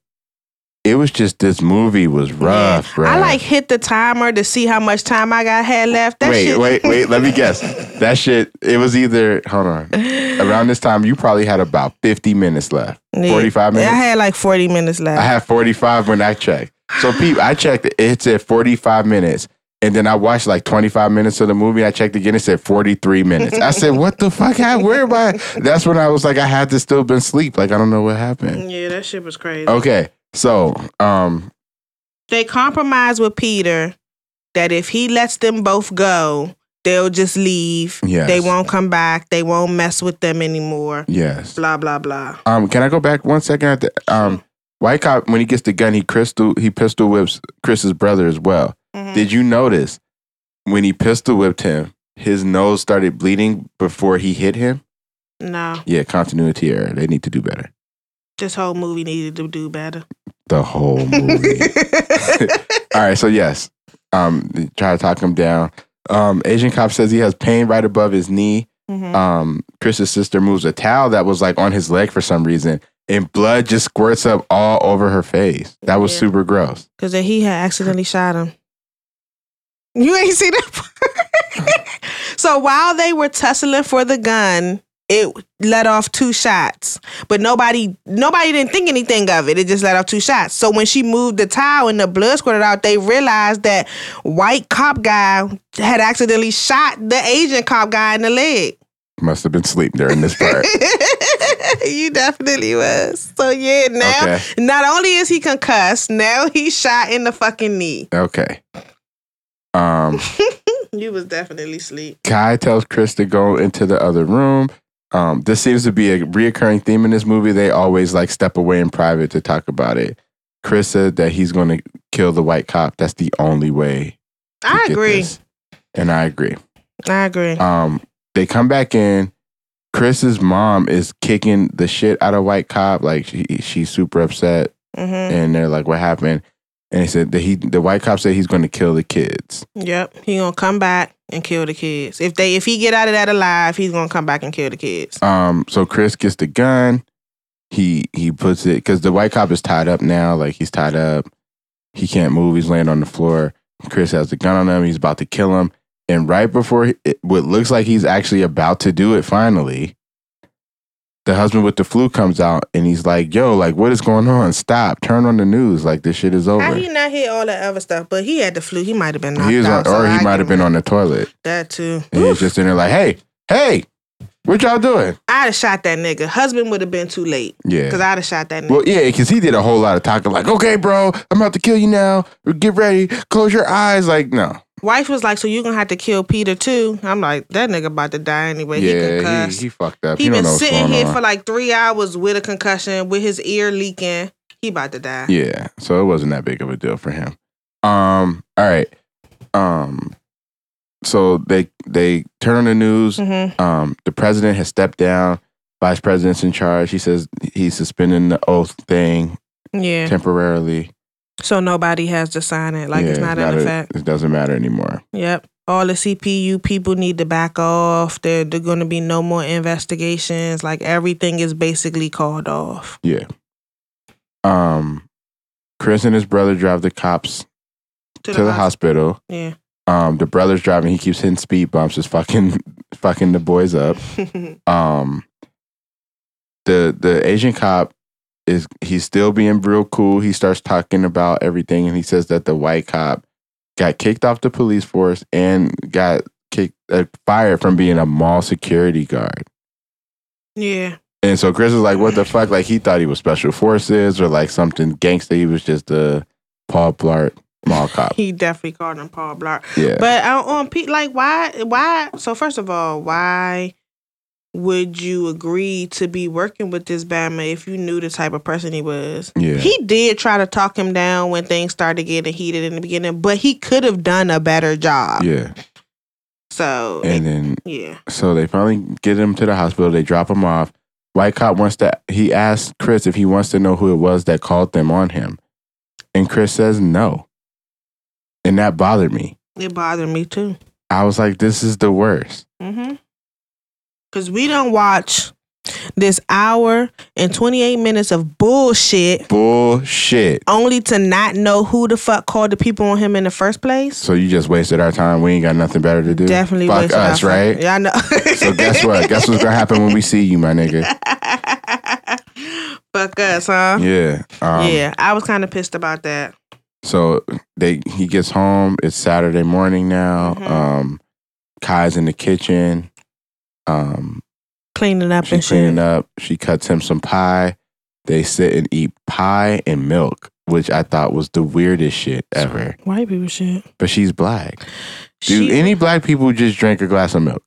Speaker 2: it was just this movie was rough, bro.
Speaker 1: I like hit the timer to see how much time I got had left. That
Speaker 2: wait,
Speaker 1: shit.
Speaker 2: wait, wait. Let me guess. That shit. It was either. Hold on. Around this time, you probably had about fifty minutes left.
Speaker 1: Yeah.
Speaker 2: Forty-five
Speaker 1: I
Speaker 2: minutes.
Speaker 1: had like forty minutes left.
Speaker 2: I had forty-five when I checked. So, peep, I checked. It said forty-five minutes, and then I watched like twenty-five minutes of the movie. I checked again. It said forty-three minutes. I said, "What the fuck? How, where am I?" That's when I was like, I had to still been sleep. Like I don't know what happened.
Speaker 1: yeah, that shit was crazy.
Speaker 2: Okay, so um,
Speaker 1: They compromised with Peter that if he lets them both go, they'll just leave.
Speaker 2: Yes.
Speaker 1: They won't come back. They won't mess with them anymore.
Speaker 2: yes.
Speaker 1: Blah blah blah.
Speaker 2: Um, can I go back one second? At the, um, White cop when he gets the gun, he crystal he pistol whips Chris's brother as well.
Speaker 1: Mhm.
Speaker 2: Did you notice when he pistol whipped him, his nose started bleeding before he hit him?
Speaker 1: Mm-hmm. No,
Speaker 2: Yeah, continuity error. They need to do better.
Speaker 1: this whole movie needed to do better.
Speaker 2: The whole movie. All right, so yes, um, they try to talk him down. Um, Asian cop says he has pain right above his knee.
Speaker 1: Mhm.
Speaker 2: um, Chris's sister moves a towel that was like on his leg for some reason, and blood just squirts up all over her face. That was
Speaker 1: Yeah.
Speaker 2: super gross.
Speaker 1: Cause then he had accidentally shot him. You ain't see that part. so while they were tussling for the gun, it let off two shots. But nobody nobody didn't think anything of it. It just let off two shots. So when she moved the towel and the blood squirted out, they realized that white cop guy had accidentally shot the Asian cop guy in the leg.
Speaker 2: Must have been sleep during this part.
Speaker 1: you definitely was. So yeah, now
Speaker 2: Okay.
Speaker 1: not only is he concussed, now he's shot in the fucking knee.
Speaker 2: okay. Um,
Speaker 1: You was definitely asleep.
Speaker 2: Kai tells Chris to go into the other room. Um, this seems to be a reoccurring theme in this movie. They always like step away in private to talk about it. Chris said that he's going to kill the white cop. That's the only way. to
Speaker 1: I
Speaker 2: get
Speaker 1: agree.
Speaker 2: this. And I agree.
Speaker 1: I agree.
Speaker 2: Um, they come back in. Chris's mom is kicking the shit out of White Cop. Like she, she's super upset,
Speaker 1: hmm
Speaker 2: and they're like, "What happened?" And he said that he, the White Cop said he's going to kill the kids.
Speaker 1: Yep. He gonna come back and kill the kids. If they if he get out of that alive, he's gonna come back and kill the kids.
Speaker 2: Um, so Chris gets the gun. He he puts it because the White Cop is tied up now. Like he's tied up. He can't move. He's laying on the floor. Chris has the gun on him. He's about to kill him. And right before he, it- what looks like he's actually about to do it, finally, the husband with the flu comes out and he's like, "Yo, like what is going on? Stop! Turn on the news. Like this shit is
Speaker 1: How
Speaker 2: over."
Speaker 1: he not hear all that other stuff? But he had the flu. He might have been knocked
Speaker 2: He was
Speaker 1: out.
Speaker 2: on, or he might have been
Speaker 1: on
Speaker 2: on the toilet.
Speaker 1: that too.
Speaker 2: And he's
Speaker 1: Oof.
Speaker 2: just in there like, "Hey, hey, what y'all doing?"
Speaker 1: I'd have shot that nigga. Husband would have been too late
Speaker 2: Yeah.
Speaker 1: because I'd have shot that nigga.
Speaker 2: Well, yeah, because he did a whole lot of talking, like, okay, bro, I'm about to kill you now. Get ready. Close your eyes. Like, no.
Speaker 1: Wife was like, "So you gonna have to kill Peter too?" I'm like, "That nigga about to die anyway. he
Speaker 2: yeah, he,
Speaker 1: concussed.
Speaker 2: he fucked up.
Speaker 1: He,
Speaker 2: He, don't
Speaker 1: been
Speaker 2: know what's
Speaker 1: sitting
Speaker 2: going
Speaker 1: here
Speaker 2: on.
Speaker 1: for like three hours with a concussion, with his ear leaking. He about to die.
Speaker 2: yeah, so it wasn't that big of a deal for him. Um, all right. Um, so they they turn on the news.
Speaker 1: Mm-hmm.
Speaker 2: Um, the president has stepped down. Vice president's in charge. He says he's suspending the oath thing.
Speaker 1: Yeah.
Speaker 2: temporarily.
Speaker 1: So nobody has to sign it. Like it's
Speaker 2: Yeah,
Speaker 1: not, in
Speaker 2: a-
Speaker 1: effect.
Speaker 2: It doesn't matter anymore.
Speaker 1: Yep. All the CPU people need to back off. There, there going to be no more investigations. Like everything is basically called off.
Speaker 2: Um, Chris and his brother drive the cops to, the,
Speaker 1: hos-
Speaker 2: hospital.
Speaker 1: Yeah.
Speaker 2: Um, the brother's driving. He keeps hitting speed bumps. Is fucking fucking the boys up. Um, the the Asian cop is he's still being real cool. He starts talking about everything, and he says that the white cop got kicked off the police force and got kicked uh, fired from being a mall security guard.
Speaker 1: yeah.
Speaker 2: And so Chris is like, what the fuck? Like he thought he was special forces or like something gangster. He was just a Paul Blart mall cop.
Speaker 1: He definitely called him Paul Blart.
Speaker 2: Yeah.
Speaker 1: But uh, on Pete, like why? Why? So first of all, why would you agree to be working with this Bama if you knew the type of person he was?
Speaker 2: yeah.
Speaker 1: He did try to talk him down when things started getting heated in the beginning, but he could have done a better job.
Speaker 2: yeah.
Speaker 1: So
Speaker 2: And then
Speaker 1: yeah.
Speaker 2: so they finally get him to the hospital. They drop him off. White cop wants to he asked Chris if he wants to know who it was that called them on him. And Chris says no. And that bothered me.
Speaker 1: It bothered me too.
Speaker 2: I was like, this is the worst.
Speaker 1: Mm-hmm. Cause we don't watch this hour and twenty eight minutes of bullshit
Speaker 2: Bullshit.
Speaker 1: only to not know who the fuck called the people on him in the first place.
Speaker 2: So you just wasted our time. We ain't got nothing better to do.
Speaker 1: Definitely
Speaker 2: Fuck
Speaker 1: wasted our
Speaker 2: us,
Speaker 1: fuck-
Speaker 2: right?
Speaker 1: Yeah, I know.
Speaker 2: So guess what? guess what's gonna happen when we see you, my nigga.
Speaker 1: fuck us, huh?
Speaker 2: Yeah. Um,
Speaker 1: yeah, I was kind of pissed about that.
Speaker 2: So they he gets home. It's Saturday morning now.
Speaker 1: Mhm.
Speaker 2: Um, Kai's in the kitchen. Um,
Speaker 1: Cleaning up
Speaker 2: she's
Speaker 1: and
Speaker 2: cleaning
Speaker 1: shit.
Speaker 2: up. She cuts him some pie. They sit and eat pie and milk, which I thought was the weirdest shit ever.
Speaker 1: White people shit.
Speaker 2: But she's black. Do
Speaker 1: She-
Speaker 2: any black people just drink a glass of milk?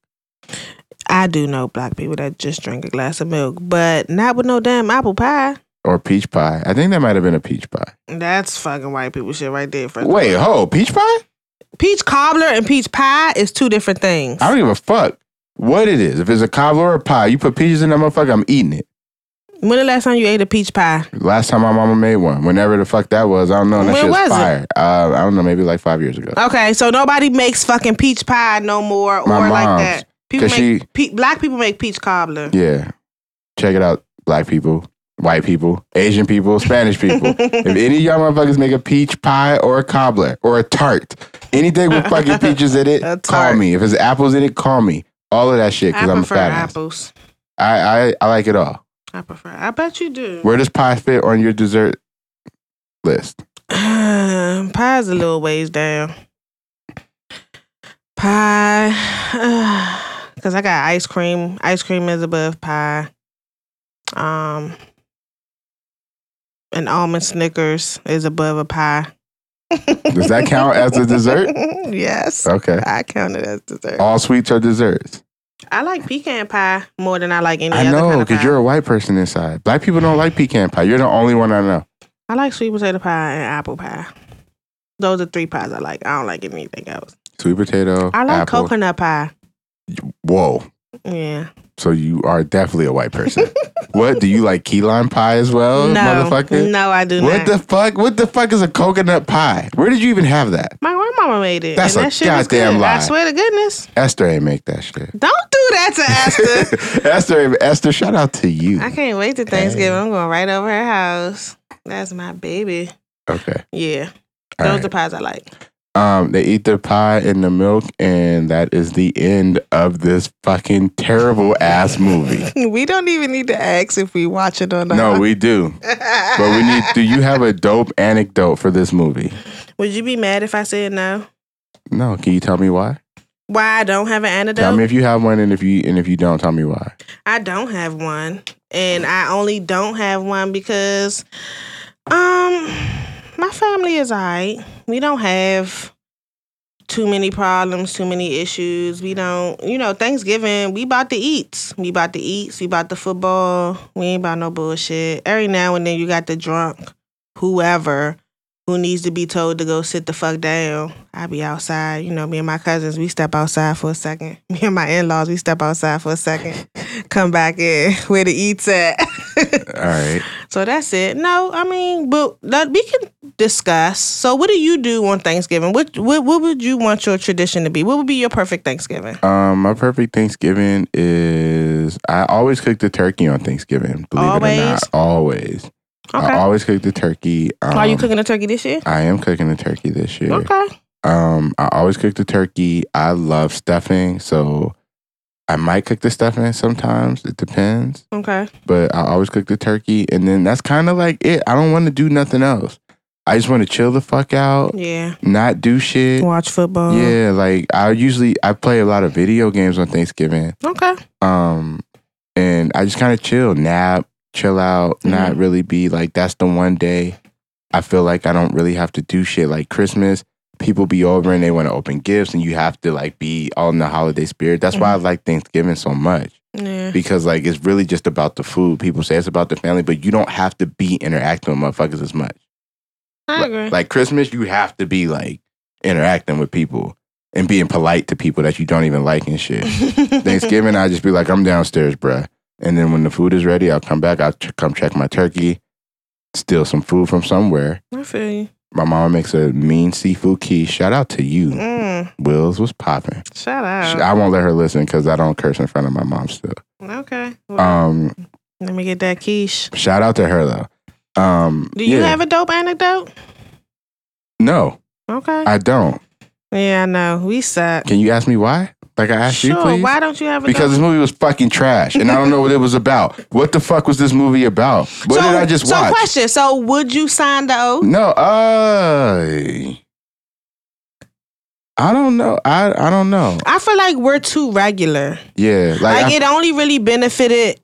Speaker 1: I do know black people that just drink a glass of milk, but not with no damn apple pie.
Speaker 2: Or peach pie. I think that might have been a peach pie.
Speaker 1: That's fucking white people shit right there. First of
Speaker 2: Wait, ho, peach pie?
Speaker 1: Peach cobbler and peach pie is two different things.
Speaker 2: I don't give a fuck what it is. If it's a cobbler or a pie, you put peaches in that motherfucker, I'm eating it.
Speaker 1: When the last time you ate a peach pie?
Speaker 2: Last time my mama made one, whenever the fuck that was, I don't know. and That
Speaker 1: When
Speaker 2: shit's
Speaker 1: was it?
Speaker 2: fire. Uh, I don't know, maybe like five years ago.
Speaker 1: Okay, so nobody makes fucking peach pie no more or
Speaker 2: My
Speaker 1: like
Speaker 2: mom's,
Speaker 1: that. People
Speaker 2: 'cause
Speaker 1: make pe- black people make peach cobbler.
Speaker 2: Yeah, check it out. Black people, white people, Asian people, Spanish people. if any of y'all motherfuckers make a peach pie or a cobbler or a tart, anything with fucking peaches in it,
Speaker 1: A
Speaker 2: call
Speaker 1: tart.
Speaker 2: me. If it's apples in it, call me. All of that shit
Speaker 1: I
Speaker 2: because I'm a
Speaker 1: prefer
Speaker 2: fat ass.
Speaker 1: apples.
Speaker 2: I, I I like it all.
Speaker 1: I prefer. I bet you do.
Speaker 2: Where does pie fit on your dessert list?
Speaker 1: Pie's a little ways down. Pie, because I got ice cream. Ice cream is above pie. Um, an almond Snickers is above a pie.
Speaker 2: Does that count as a dessert? Uh, oh.
Speaker 1: yes,
Speaker 2: Okay.
Speaker 1: I count it as dessert.
Speaker 2: All sweets are desserts.
Speaker 1: I like pecan pie more than I like any
Speaker 2: I
Speaker 1: other
Speaker 2: know,
Speaker 1: kind of pie.
Speaker 2: because you're a white person inside. Black people don't like pecan pie. You're the only one I know.
Speaker 1: I like sweet potato pie and apple pie. Those are three pies I like. I don't like anything else.
Speaker 2: Sweet potato.
Speaker 1: I like
Speaker 2: apple.
Speaker 1: coconut pie.
Speaker 2: Whoa.
Speaker 1: Yeah.
Speaker 2: So you are definitely a white person. what? Do you like key lime pie as well,
Speaker 1: no,
Speaker 2: Oh, motherfucker?
Speaker 1: no, I do
Speaker 2: What
Speaker 1: not.
Speaker 2: the fuck? What the fuck is a coconut pie? Where did you even have that?
Speaker 1: My grandmama made it.
Speaker 2: That's
Speaker 1: and
Speaker 2: a
Speaker 1: that shit was
Speaker 2: goddamn
Speaker 1: good.
Speaker 2: lie.
Speaker 1: I swear to goodness.
Speaker 2: Esther ain't make that shit.
Speaker 1: Don't do that to Esther.
Speaker 2: Esther, ain't- Esther, shout out to you.
Speaker 1: I can't wait to Thanksgiving. I'm going right over her house. That's my baby.
Speaker 2: Okay.
Speaker 1: Yeah.
Speaker 2: All
Speaker 1: Those
Speaker 2: right.
Speaker 1: are pies I like.
Speaker 2: Um, they eat the pie and the milk, and that is the end of this fucking terrible ass movie.
Speaker 1: We don't even need to ask if we watch it or not.
Speaker 2: No, we do. But we need. Do you have a dope anecdote for this movie?
Speaker 1: Would you be mad if I said no?
Speaker 2: No. Can you tell me why?
Speaker 1: Why I don't have an antidote?
Speaker 2: Tell me if you have one, and if you and if you don't, tell me why.
Speaker 1: I don't have one, and I only don't have one because, um, my family is alright. We don't have too many problems, too many issues. We don't, you know, Thanksgiving we about the eats, we about the eats, we about the football. We ain't about no bullshit. Every now and then you got the drunk, whoever. Who needs to be told to go sit the fuck down? I be outside. You know, me and my cousins, we step outside for a second. Me and my in laws, we step outside for a second come back in where the eats at.
Speaker 2: All right.
Speaker 1: So that's it. No, I mean, but that we can discuss. So what do you do on Thanksgiving? What what what would you want your tradition to be? What would be your perfect Thanksgiving?
Speaker 2: Um, my perfect Thanksgiving is I always cook the turkey on Thanksgiving. Believe it or
Speaker 1: Always?
Speaker 2: not, always.
Speaker 1: Okay.
Speaker 2: I always cook the turkey. Um,
Speaker 1: Are you cooking a turkey this year?
Speaker 2: I am cooking the turkey this year.
Speaker 1: Okay.
Speaker 2: Um, I always cook the turkey. I love stuffing, so I might cook the stuffing sometimes. It depends,
Speaker 1: Okay.
Speaker 2: but I always cook the turkey, and then that's kind of like it. I don't want to do nothing else. I just want to chill the fuck out,
Speaker 1: Yeah.
Speaker 2: not do shit.
Speaker 1: Watch football.
Speaker 2: Yeah, like I usually I play a lot of video games on Thanksgiving.
Speaker 1: Okay.
Speaker 2: Um, and I just kind of chill, nap, chill out, not really be like that's the one day I feel like I don't really have to do shit. Like Christmas, people be over and they want to open gifts, and you have to like be all in the holiday spirit. That's why I like Thanksgiving so much
Speaker 1: Yeah.
Speaker 2: because like it's really just about the food. People say it's about the family, but you don't have to be interacting with motherfuckers as much.
Speaker 1: I agree.
Speaker 2: Like Christmas, you have to be like interacting with people and being polite to people that you don't even like and shit. Thanksgiving, I just be like, I'm downstairs, bruh. And then when the food is ready, I'll come back. I'll ch- come check my turkey, steal some food from somewhere.
Speaker 1: I feel you.
Speaker 2: My mama makes a mean seafood quiche. Shout out to you.
Speaker 1: Mm, Oh.
Speaker 2: Wills was popping.
Speaker 1: shout
Speaker 2: Sh-
Speaker 1: out.
Speaker 2: I won't let her listen because I don't curse in front of my mom still.
Speaker 1: Okay. Well,
Speaker 2: Um,
Speaker 1: let me get that quiche.
Speaker 2: shout out to her though. Um,
Speaker 1: Do you
Speaker 2: yeah.
Speaker 1: have a dope anecdote?
Speaker 2: No,
Speaker 1: Okay.
Speaker 2: I don't.
Speaker 1: yeah, I know. We suck.
Speaker 2: Can you ask me why? Like I asked you,
Speaker 1: Sure.
Speaker 2: please.
Speaker 1: Why don't you have a
Speaker 2: because
Speaker 1: dope?
Speaker 2: this movie was fucking trash, and I don't know what it was about. What the fuck was this movie about?
Speaker 1: so,
Speaker 2: What did I just
Speaker 1: so
Speaker 2: watch?
Speaker 1: question. So would you sign the oath?
Speaker 2: No, I. I don't know. I I don't know.
Speaker 1: I feel like we're too regular.
Speaker 2: Yeah, like,
Speaker 1: Like
Speaker 2: I-
Speaker 1: it only really benefited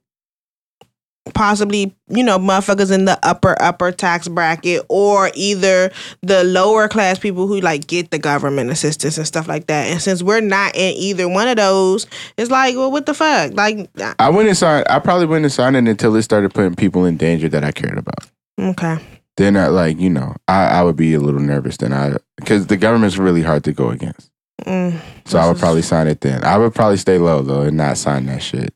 Speaker 1: possibly, you know, motherfuckers in the upper upper tax bracket or either the lower class people who like get the government assistance and stuff like that. And since we're not in either one of those, it's like, well, what the fuck? Like uh,
Speaker 2: I wouldn't sign. I probably wouldn't sign it until it started putting people in danger that I cared about.
Speaker 1: okay.
Speaker 2: Then I like you know I I would be a little nervous. Then I because the government's really hard to go against.
Speaker 1: Mm.
Speaker 2: So I
Speaker 1: This
Speaker 2: would
Speaker 1: is-
Speaker 2: probably sign it then. I would probably stay low though and not sign that shit.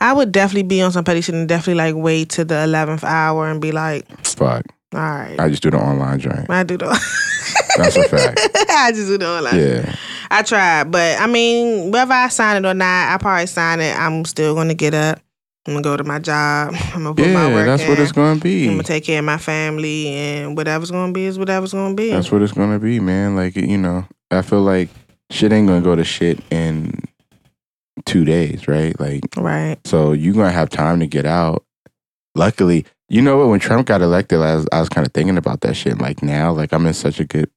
Speaker 1: I would definitely be on some petty shit and definitely like wait to the 11th hour and be like,
Speaker 2: Fuck.
Speaker 1: all right.
Speaker 2: I just do the online joint.
Speaker 1: I do the.
Speaker 2: That's a fact.
Speaker 1: I just do the online.
Speaker 2: Yeah.
Speaker 1: I tried, but I mean, whether I sign it or not, I probably sign it. I'm still gonna get up. I'm gonna go to my job. I'm gonna put my
Speaker 2: Yeah.
Speaker 1: work
Speaker 2: That's
Speaker 1: in.
Speaker 2: what it's gonna
Speaker 1: I'm
Speaker 2: be.
Speaker 1: gonna take care of my family, and whatever's gonna be is whatever's gonna be.
Speaker 2: That's what it's gonna be, man. Like you know, I feel like shit ain't gonna go to shit in two days, right? Like
Speaker 1: right.
Speaker 2: so you gonna have time to get out. Luckily, you know what? When Trump got elected, I was, I was kind of thinking about that shit. Like now, like I'm in such a good,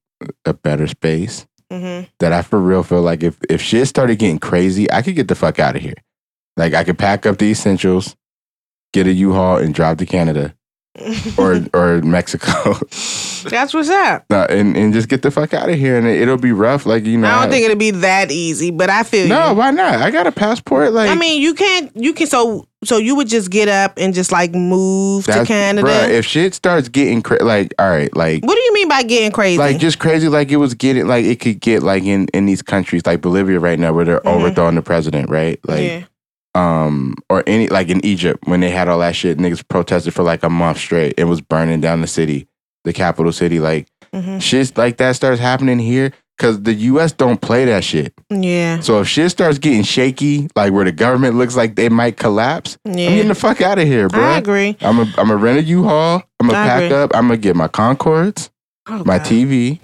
Speaker 2: a better space
Speaker 1: Mm-hmm.
Speaker 2: that I for real feel like if if shit started getting crazy, I could get the fuck out of here. Like I could pack up the essentials, get a U-Haul, and drive to Canada or or Mexico.
Speaker 1: Mm-hmm. That's what's up.
Speaker 2: No, and, and just get the fuck out of here, and it, will be rough. Like you know,
Speaker 1: I don't think it'll be that easy, but I feel
Speaker 2: no,
Speaker 1: you.
Speaker 2: why not? I got a passport. Like
Speaker 1: I mean, you can't. You can. So, so you would just get up and just like move to
Speaker 2: that's-
Speaker 1: Canada.
Speaker 2: bruh, if shit starts getting cra- like, all right, like,
Speaker 1: what do you mean by getting crazy?
Speaker 2: like just crazy, like it was getting, like it could get like in in these countries, like Bolivia right now, where they're
Speaker 1: Mhm.
Speaker 2: overthrowing the president, right? Like,
Speaker 1: yeah.
Speaker 2: um, or any like in Egypt when they had all that shit, niggas protested for like a month straight and was burning down the city, the capital city. Like
Speaker 1: Mhm.
Speaker 2: shit like that starts happening here because the U.S. don't play that shit.
Speaker 1: yeah,
Speaker 2: So if shit starts getting shaky, like where the government looks like they might collapse, I'm
Speaker 1: yeah,
Speaker 2: getting the fuck out of here,
Speaker 1: I
Speaker 2: bro.
Speaker 1: agree.
Speaker 2: I'm a I'm a rent a U-Haul. I'm gonna
Speaker 1: I
Speaker 2: pack
Speaker 1: agree.
Speaker 2: up. I'm gonna get my Concords,
Speaker 1: Oh,
Speaker 2: my
Speaker 1: God.
Speaker 2: TV,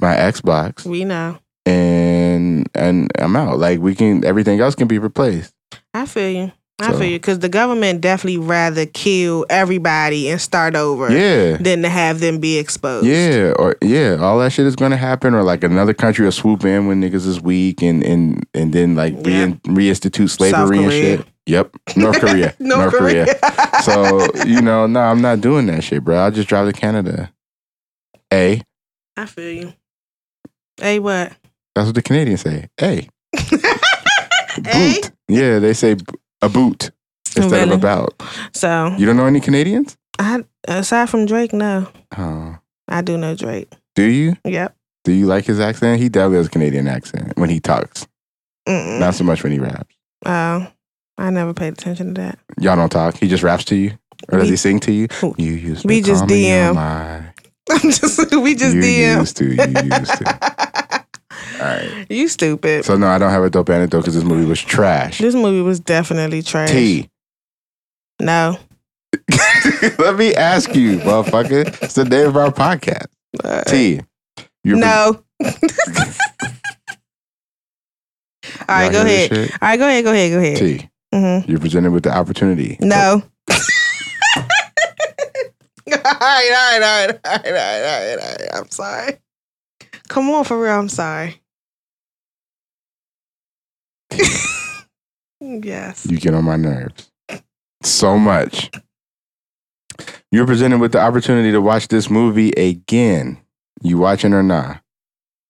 Speaker 2: my Xbox,
Speaker 1: We know.
Speaker 2: and and I'm out. Like we can everything else can be replaced.
Speaker 1: I feel you. I
Speaker 2: So-
Speaker 1: feel you because the government definitely rather kill everybody and start over
Speaker 2: Yeah.
Speaker 1: than to have them be exposed.
Speaker 2: Yeah, or yeah, all that shit is gonna happen, or like another country will swoop in when niggas is weak, and and and then like
Speaker 1: Yeah.
Speaker 2: re- reinstitute slavery and
Speaker 1: Korea.
Speaker 2: shit. Yep, North Korea,
Speaker 1: North, Korea.
Speaker 2: so you know, no, I'm not doing that shit, bro. I'll just drive to Canada. Hey,
Speaker 1: I feel you. Hey, what?
Speaker 2: that's what the Canadians say. Hey,
Speaker 1: Hey?
Speaker 2: boot. Yeah, they say b- a boot instead of
Speaker 1: Really?
Speaker 2: about.
Speaker 1: So,
Speaker 2: You don't know any Canadians?
Speaker 1: I aside from Drake, no,
Speaker 2: Oh,
Speaker 1: I do know Drake.
Speaker 2: do you?
Speaker 1: Yep.
Speaker 2: Do you like his accent? He definitely has a Canadian accent when he talks,
Speaker 1: Mm-mm.
Speaker 2: not so much when he raps.
Speaker 1: Oh, I never paid attention to that.
Speaker 2: Y'all don't talk. He just raps to you. Or does
Speaker 1: We- Oh,
Speaker 2: he sing to you? You used to
Speaker 1: we just
Speaker 2: call me on
Speaker 1: DM.
Speaker 2: my-
Speaker 1: I'm just we just
Speaker 2: you
Speaker 1: DM.
Speaker 2: used to. You used to. All right.
Speaker 1: You stupid.
Speaker 2: So no, I don't have a dope anecdote because this movie was trash.
Speaker 1: this movie was definitely trash.
Speaker 2: T.
Speaker 1: No.
Speaker 2: Let me ask you, motherfucker. It's the name of our podcast.
Speaker 1: Uh,
Speaker 2: T. You're
Speaker 1: no. All
Speaker 2: Y'all
Speaker 1: right, go
Speaker 2: hear this
Speaker 1: ahead. All right, go ahead. Go ahead. Go ahead.
Speaker 2: shit? T.
Speaker 1: Mhm.
Speaker 2: You're presented with the opportunity.
Speaker 1: No. all right, all right, all right, all right, all right, all right, all right. I'm sorry. Come on, for real. I'm sorry. yes.
Speaker 2: You get on my nerves so much. You're presented with the opportunity to watch this movie again. You watching or not?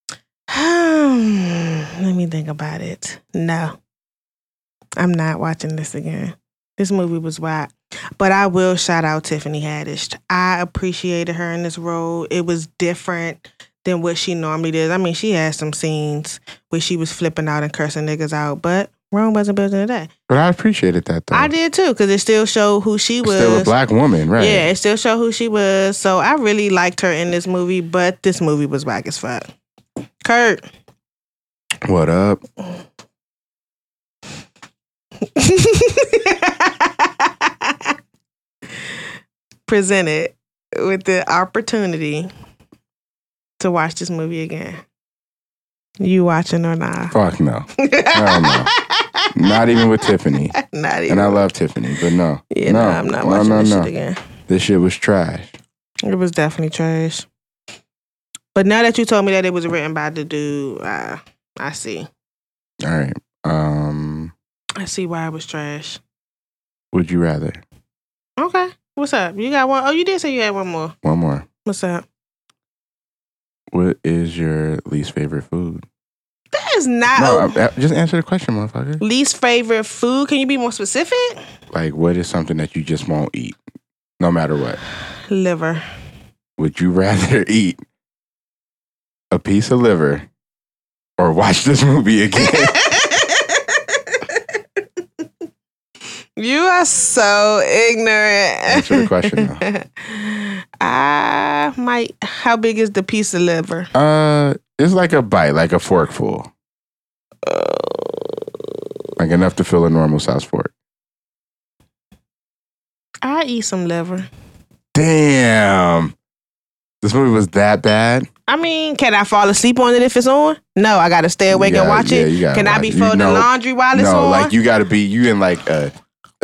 Speaker 1: Let me think about it. No, I'm not watching this again. This movie was whack. But I will shout out Tiffany Haddish. I appreciated her in this role. It was different than what she normally does. I mean, she had some scenes where she was flipping out and cursing niggas out, but Rome wasn't built into that.
Speaker 2: But I appreciated that though.
Speaker 1: I did too, because it still showed who she was.
Speaker 2: Still a black woman, right?
Speaker 1: Yeah, it still showed who she was. So I really liked her in this movie, but this movie was whack as fuck. Kurt.
Speaker 2: What up?
Speaker 1: presented with the opportunity to watch this movie again. You watching or not?
Speaker 2: Fuck no. no. Not even with Tiffany.
Speaker 1: Not even.
Speaker 2: And I love Tiffany, but no.
Speaker 1: yeah,
Speaker 2: no,
Speaker 1: no, I'm not
Speaker 2: no,
Speaker 1: watching
Speaker 2: no,
Speaker 1: this
Speaker 2: no.
Speaker 1: shit again.
Speaker 2: This shit was trash.
Speaker 1: It was definitely trash. But now that you told me that it was written by the dude, uh, I see.
Speaker 2: All right. Um,
Speaker 1: I see why it was trash.
Speaker 2: would you rather?
Speaker 1: Okay. What's up? You got one? Oh, you did say you had one more.
Speaker 2: One more.
Speaker 1: What's up?
Speaker 2: What is your least favorite food?
Speaker 1: That is not
Speaker 2: No,
Speaker 1: a-
Speaker 2: I- I- just answer the question, motherfucker.
Speaker 1: least favorite food. Can you be more specific?
Speaker 2: Like, what is something that you just won't eat, no matter what?
Speaker 1: Liver.
Speaker 2: Would you rather eat a piece of liver or watch this movie again?
Speaker 1: you are so ignorant.
Speaker 2: Answer the question,
Speaker 1: I might. How big is the piece of liver?
Speaker 2: uh, it's like a bite, like a forkful,
Speaker 1: Oh.
Speaker 2: like enough to fill a normal size fork.
Speaker 1: I eat some liver.
Speaker 2: Damn, this movie was that bad.
Speaker 1: I mean, can I fall asleep on it if it's on? No, I gotta stay awake
Speaker 2: Yeah,
Speaker 1: and watch
Speaker 2: yeah,
Speaker 1: it.
Speaker 2: you gotta
Speaker 1: Can I
Speaker 2: watch
Speaker 1: be
Speaker 2: it. You
Speaker 1: folding
Speaker 2: know-
Speaker 1: laundry while it's
Speaker 2: No,
Speaker 1: on?
Speaker 2: like you got to be you in like a,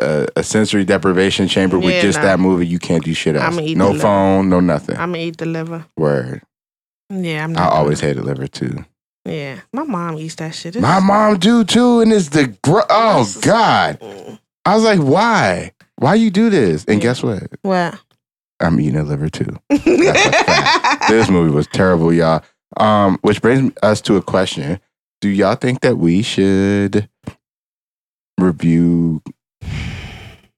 Speaker 2: a a sensory deprivation chamber with
Speaker 1: Yeah,
Speaker 2: just
Speaker 1: nah.
Speaker 2: that movie. You can't do shit else.
Speaker 1: I'ma eat the
Speaker 2: no
Speaker 1: liver.
Speaker 2: phone, no nothing.
Speaker 1: I'm gonna eat the liver.
Speaker 2: Word.
Speaker 1: Yeah, I'm.
Speaker 2: I
Speaker 1: Not
Speaker 2: always hated liver too.
Speaker 1: Yeah, my mom eats that shit. It's-
Speaker 2: My mom do too, and it's the gr- oh
Speaker 1: This is-
Speaker 2: god.
Speaker 1: Mm.
Speaker 2: I was like, why? Why you do this? And
Speaker 1: Yeah.
Speaker 2: guess what?
Speaker 1: What?
Speaker 2: I'm eating a liver too. This movie was terrible, y'all. Um, which brings us to a question: Do y'all think that we should review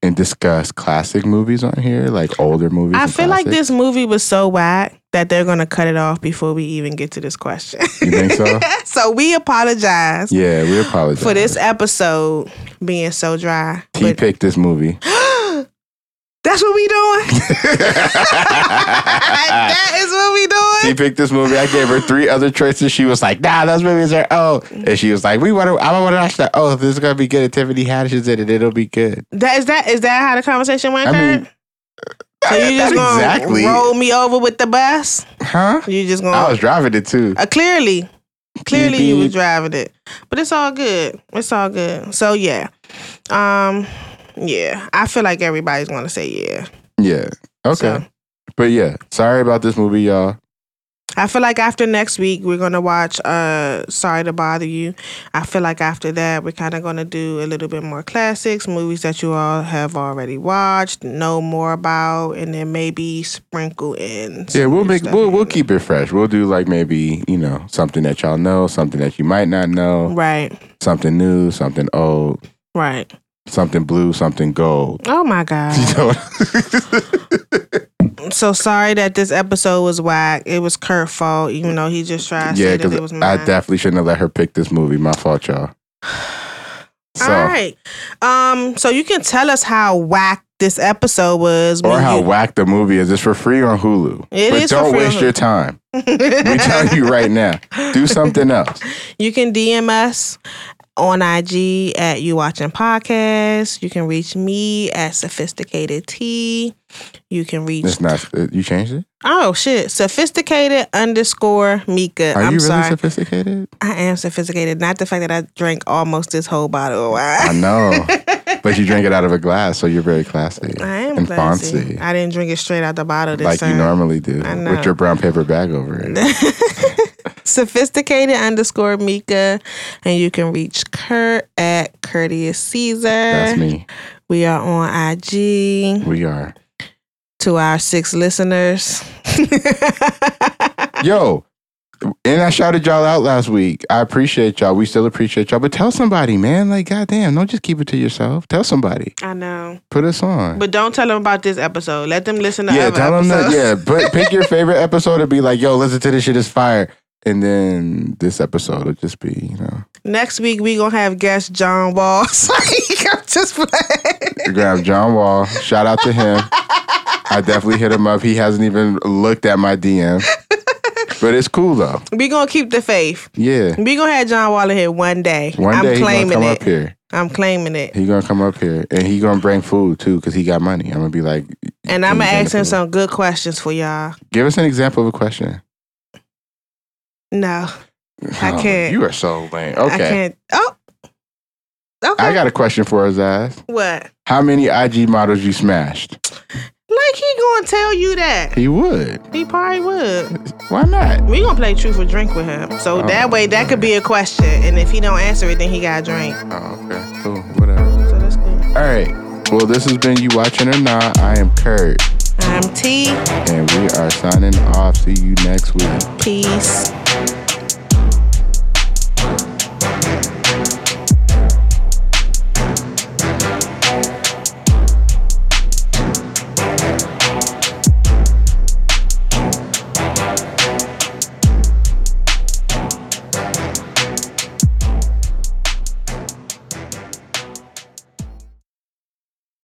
Speaker 2: and discuss classic movies on here, like older movies?
Speaker 1: I
Speaker 2: and
Speaker 1: feel like
Speaker 2: classics?
Speaker 1: this movie was so whack that they're gonna cut it off before we even get to this question.
Speaker 2: You think so?
Speaker 1: so we apologize
Speaker 2: Yeah, we apologize
Speaker 1: for this episode being so dry.
Speaker 2: T
Speaker 1: but-
Speaker 2: picked this movie.
Speaker 1: that's what we doing. that is what we
Speaker 2: She
Speaker 1: doing.
Speaker 2: picked this movie. I gave her three other choices. She was like, "Nah, those movies are oh," and she was like, "We want to. I want to watch that. Oh, this is gonna be good. Tiffany Haddish is in it. It'll be good."
Speaker 1: That is that is that how the conversation went?
Speaker 2: I mean,
Speaker 1: Kurt? so you
Speaker 2: Not
Speaker 1: just gonna
Speaker 2: exactly,
Speaker 1: roll me over with the bus?
Speaker 2: huh?
Speaker 1: You just gonna
Speaker 2: I was driving it too.
Speaker 1: Uh, clearly, clearly you were
Speaker 2: Beep, beep.
Speaker 1: driving it, but it's all good. It's all good. So yeah, um, yeah. I feel like everybody's gonna say yeah.
Speaker 2: Yeah. Okay.
Speaker 1: So-
Speaker 2: But yeah, sorry about this movie, y'all.
Speaker 1: I feel like after next week we're gonna watch. Uh, sorry to bother you. I feel like after that we're kind of gonna do a little bit more classics, movies that you all have already watched, know more about, and then maybe sprinkle in. some
Speaker 2: Yeah, we'll
Speaker 1: new
Speaker 2: make
Speaker 1: stuff
Speaker 2: we'll
Speaker 1: in
Speaker 2: we'll
Speaker 1: there.
Speaker 2: keep it fresh. We'll do like maybe you know something that y'all know, something that you might not know,
Speaker 1: right,
Speaker 2: something new, something old,
Speaker 1: right.
Speaker 2: something blue, something gold.
Speaker 1: Oh my god.
Speaker 2: You know?
Speaker 1: so sorry that this episode was whack. It was Kurt's fault, even though he just tried to
Speaker 2: yeah,
Speaker 1: say that it was
Speaker 2: because
Speaker 1: mine.
Speaker 2: I definitely shouldn't have let her pick this movie. My fault, y'all. So
Speaker 1: All right. Um, so you can tell us how whack this episode was.
Speaker 2: Or
Speaker 1: when
Speaker 2: how
Speaker 1: you-
Speaker 2: whack the movie is. It's for free on Hulu.
Speaker 1: It
Speaker 2: but
Speaker 1: is for
Speaker 2: don't
Speaker 1: free on
Speaker 2: waste
Speaker 1: Hulu.
Speaker 2: your time. We telling you right now. Do something else.
Speaker 1: You can DM us on IG at You Watching Podcast. You can reach me at Sophisticated T. You can reach
Speaker 2: It's not. uh, You changed it.
Speaker 1: oh shit sophisticated underscore Mika.
Speaker 2: Are
Speaker 1: I'm
Speaker 2: you really
Speaker 1: sorry,
Speaker 2: sophisticated?
Speaker 1: I am sophisticated. Not the fact that I drank almost this whole bottle of
Speaker 2: I
Speaker 1: wine.
Speaker 2: know, but you drink it out of a glass, so you're very classy
Speaker 1: I am
Speaker 2: and
Speaker 1: classy.
Speaker 2: fancy,
Speaker 1: I didn't drink it straight out the bottle this
Speaker 2: like
Speaker 1: time.
Speaker 2: you normally do,
Speaker 1: I know.
Speaker 2: with your brown paper bag over it.
Speaker 1: sophisticated underscore Mika, and you can reach Kurt at Courteous Caesar.
Speaker 2: That's me.
Speaker 1: We are on IG
Speaker 2: We are.
Speaker 1: to our six listeners.
Speaker 2: Yo, and I shouted y'all out last week. I appreciate y'all. We still appreciate y'all, but tell somebody, man. Like, goddamn, don't just keep it to yourself. Tell somebody.
Speaker 1: I know,
Speaker 2: Put us on.
Speaker 1: but don't tell them about this episode. Let them listen to
Speaker 2: yeah,
Speaker 1: other
Speaker 2: tell them that.
Speaker 1: episodes.
Speaker 2: Yeah, but pick your favorite episode and be like, yo, listen to this shit is fire. And then this episode will just be, you know,
Speaker 1: Next week we gonna have guest John Wall. I'm just playing.
Speaker 2: grab John Wall. Shout out to him. I definitely hit him up. He hasn't even looked at my DM. But it's cool though.
Speaker 1: We gonna keep the faith.
Speaker 2: Yeah.
Speaker 1: We gonna have John Wall in here one day.
Speaker 2: One
Speaker 1: I'm
Speaker 2: day he's gonna
Speaker 1: claiming
Speaker 2: come
Speaker 1: it.
Speaker 2: up here.
Speaker 1: I'm claiming it.
Speaker 2: He gonna come up here and he gonna bring food too, cause he got money. I'm gonna be like,
Speaker 1: And I'm gonna
Speaker 2: "Can you bring
Speaker 1: ask him
Speaker 2: the food?"
Speaker 1: some good questions for y'all.
Speaker 2: Give us an example of a question.
Speaker 1: No, I
Speaker 2: Oh,
Speaker 1: can't.
Speaker 2: You are so lame.
Speaker 1: I
Speaker 2: Okay,
Speaker 1: can't. Oh, okay.
Speaker 2: I, got a question for his ass.
Speaker 1: what?
Speaker 2: How many IG models you smashed?
Speaker 1: Like he gonna tell you that?
Speaker 2: He would.
Speaker 1: He probably would.
Speaker 2: Why not?
Speaker 1: We gonna play truth or drink with him, so
Speaker 2: Oh,
Speaker 1: that way that could be a question. And if he don't answer it, then he got to drink.
Speaker 2: Oh, okay, cool, whatever.
Speaker 1: So that's good.
Speaker 2: All right. Well, this has been you watching or not. I am Kurt,
Speaker 1: I'm T.
Speaker 2: and we are signing off. See you next week.
Speaker 1: Peace.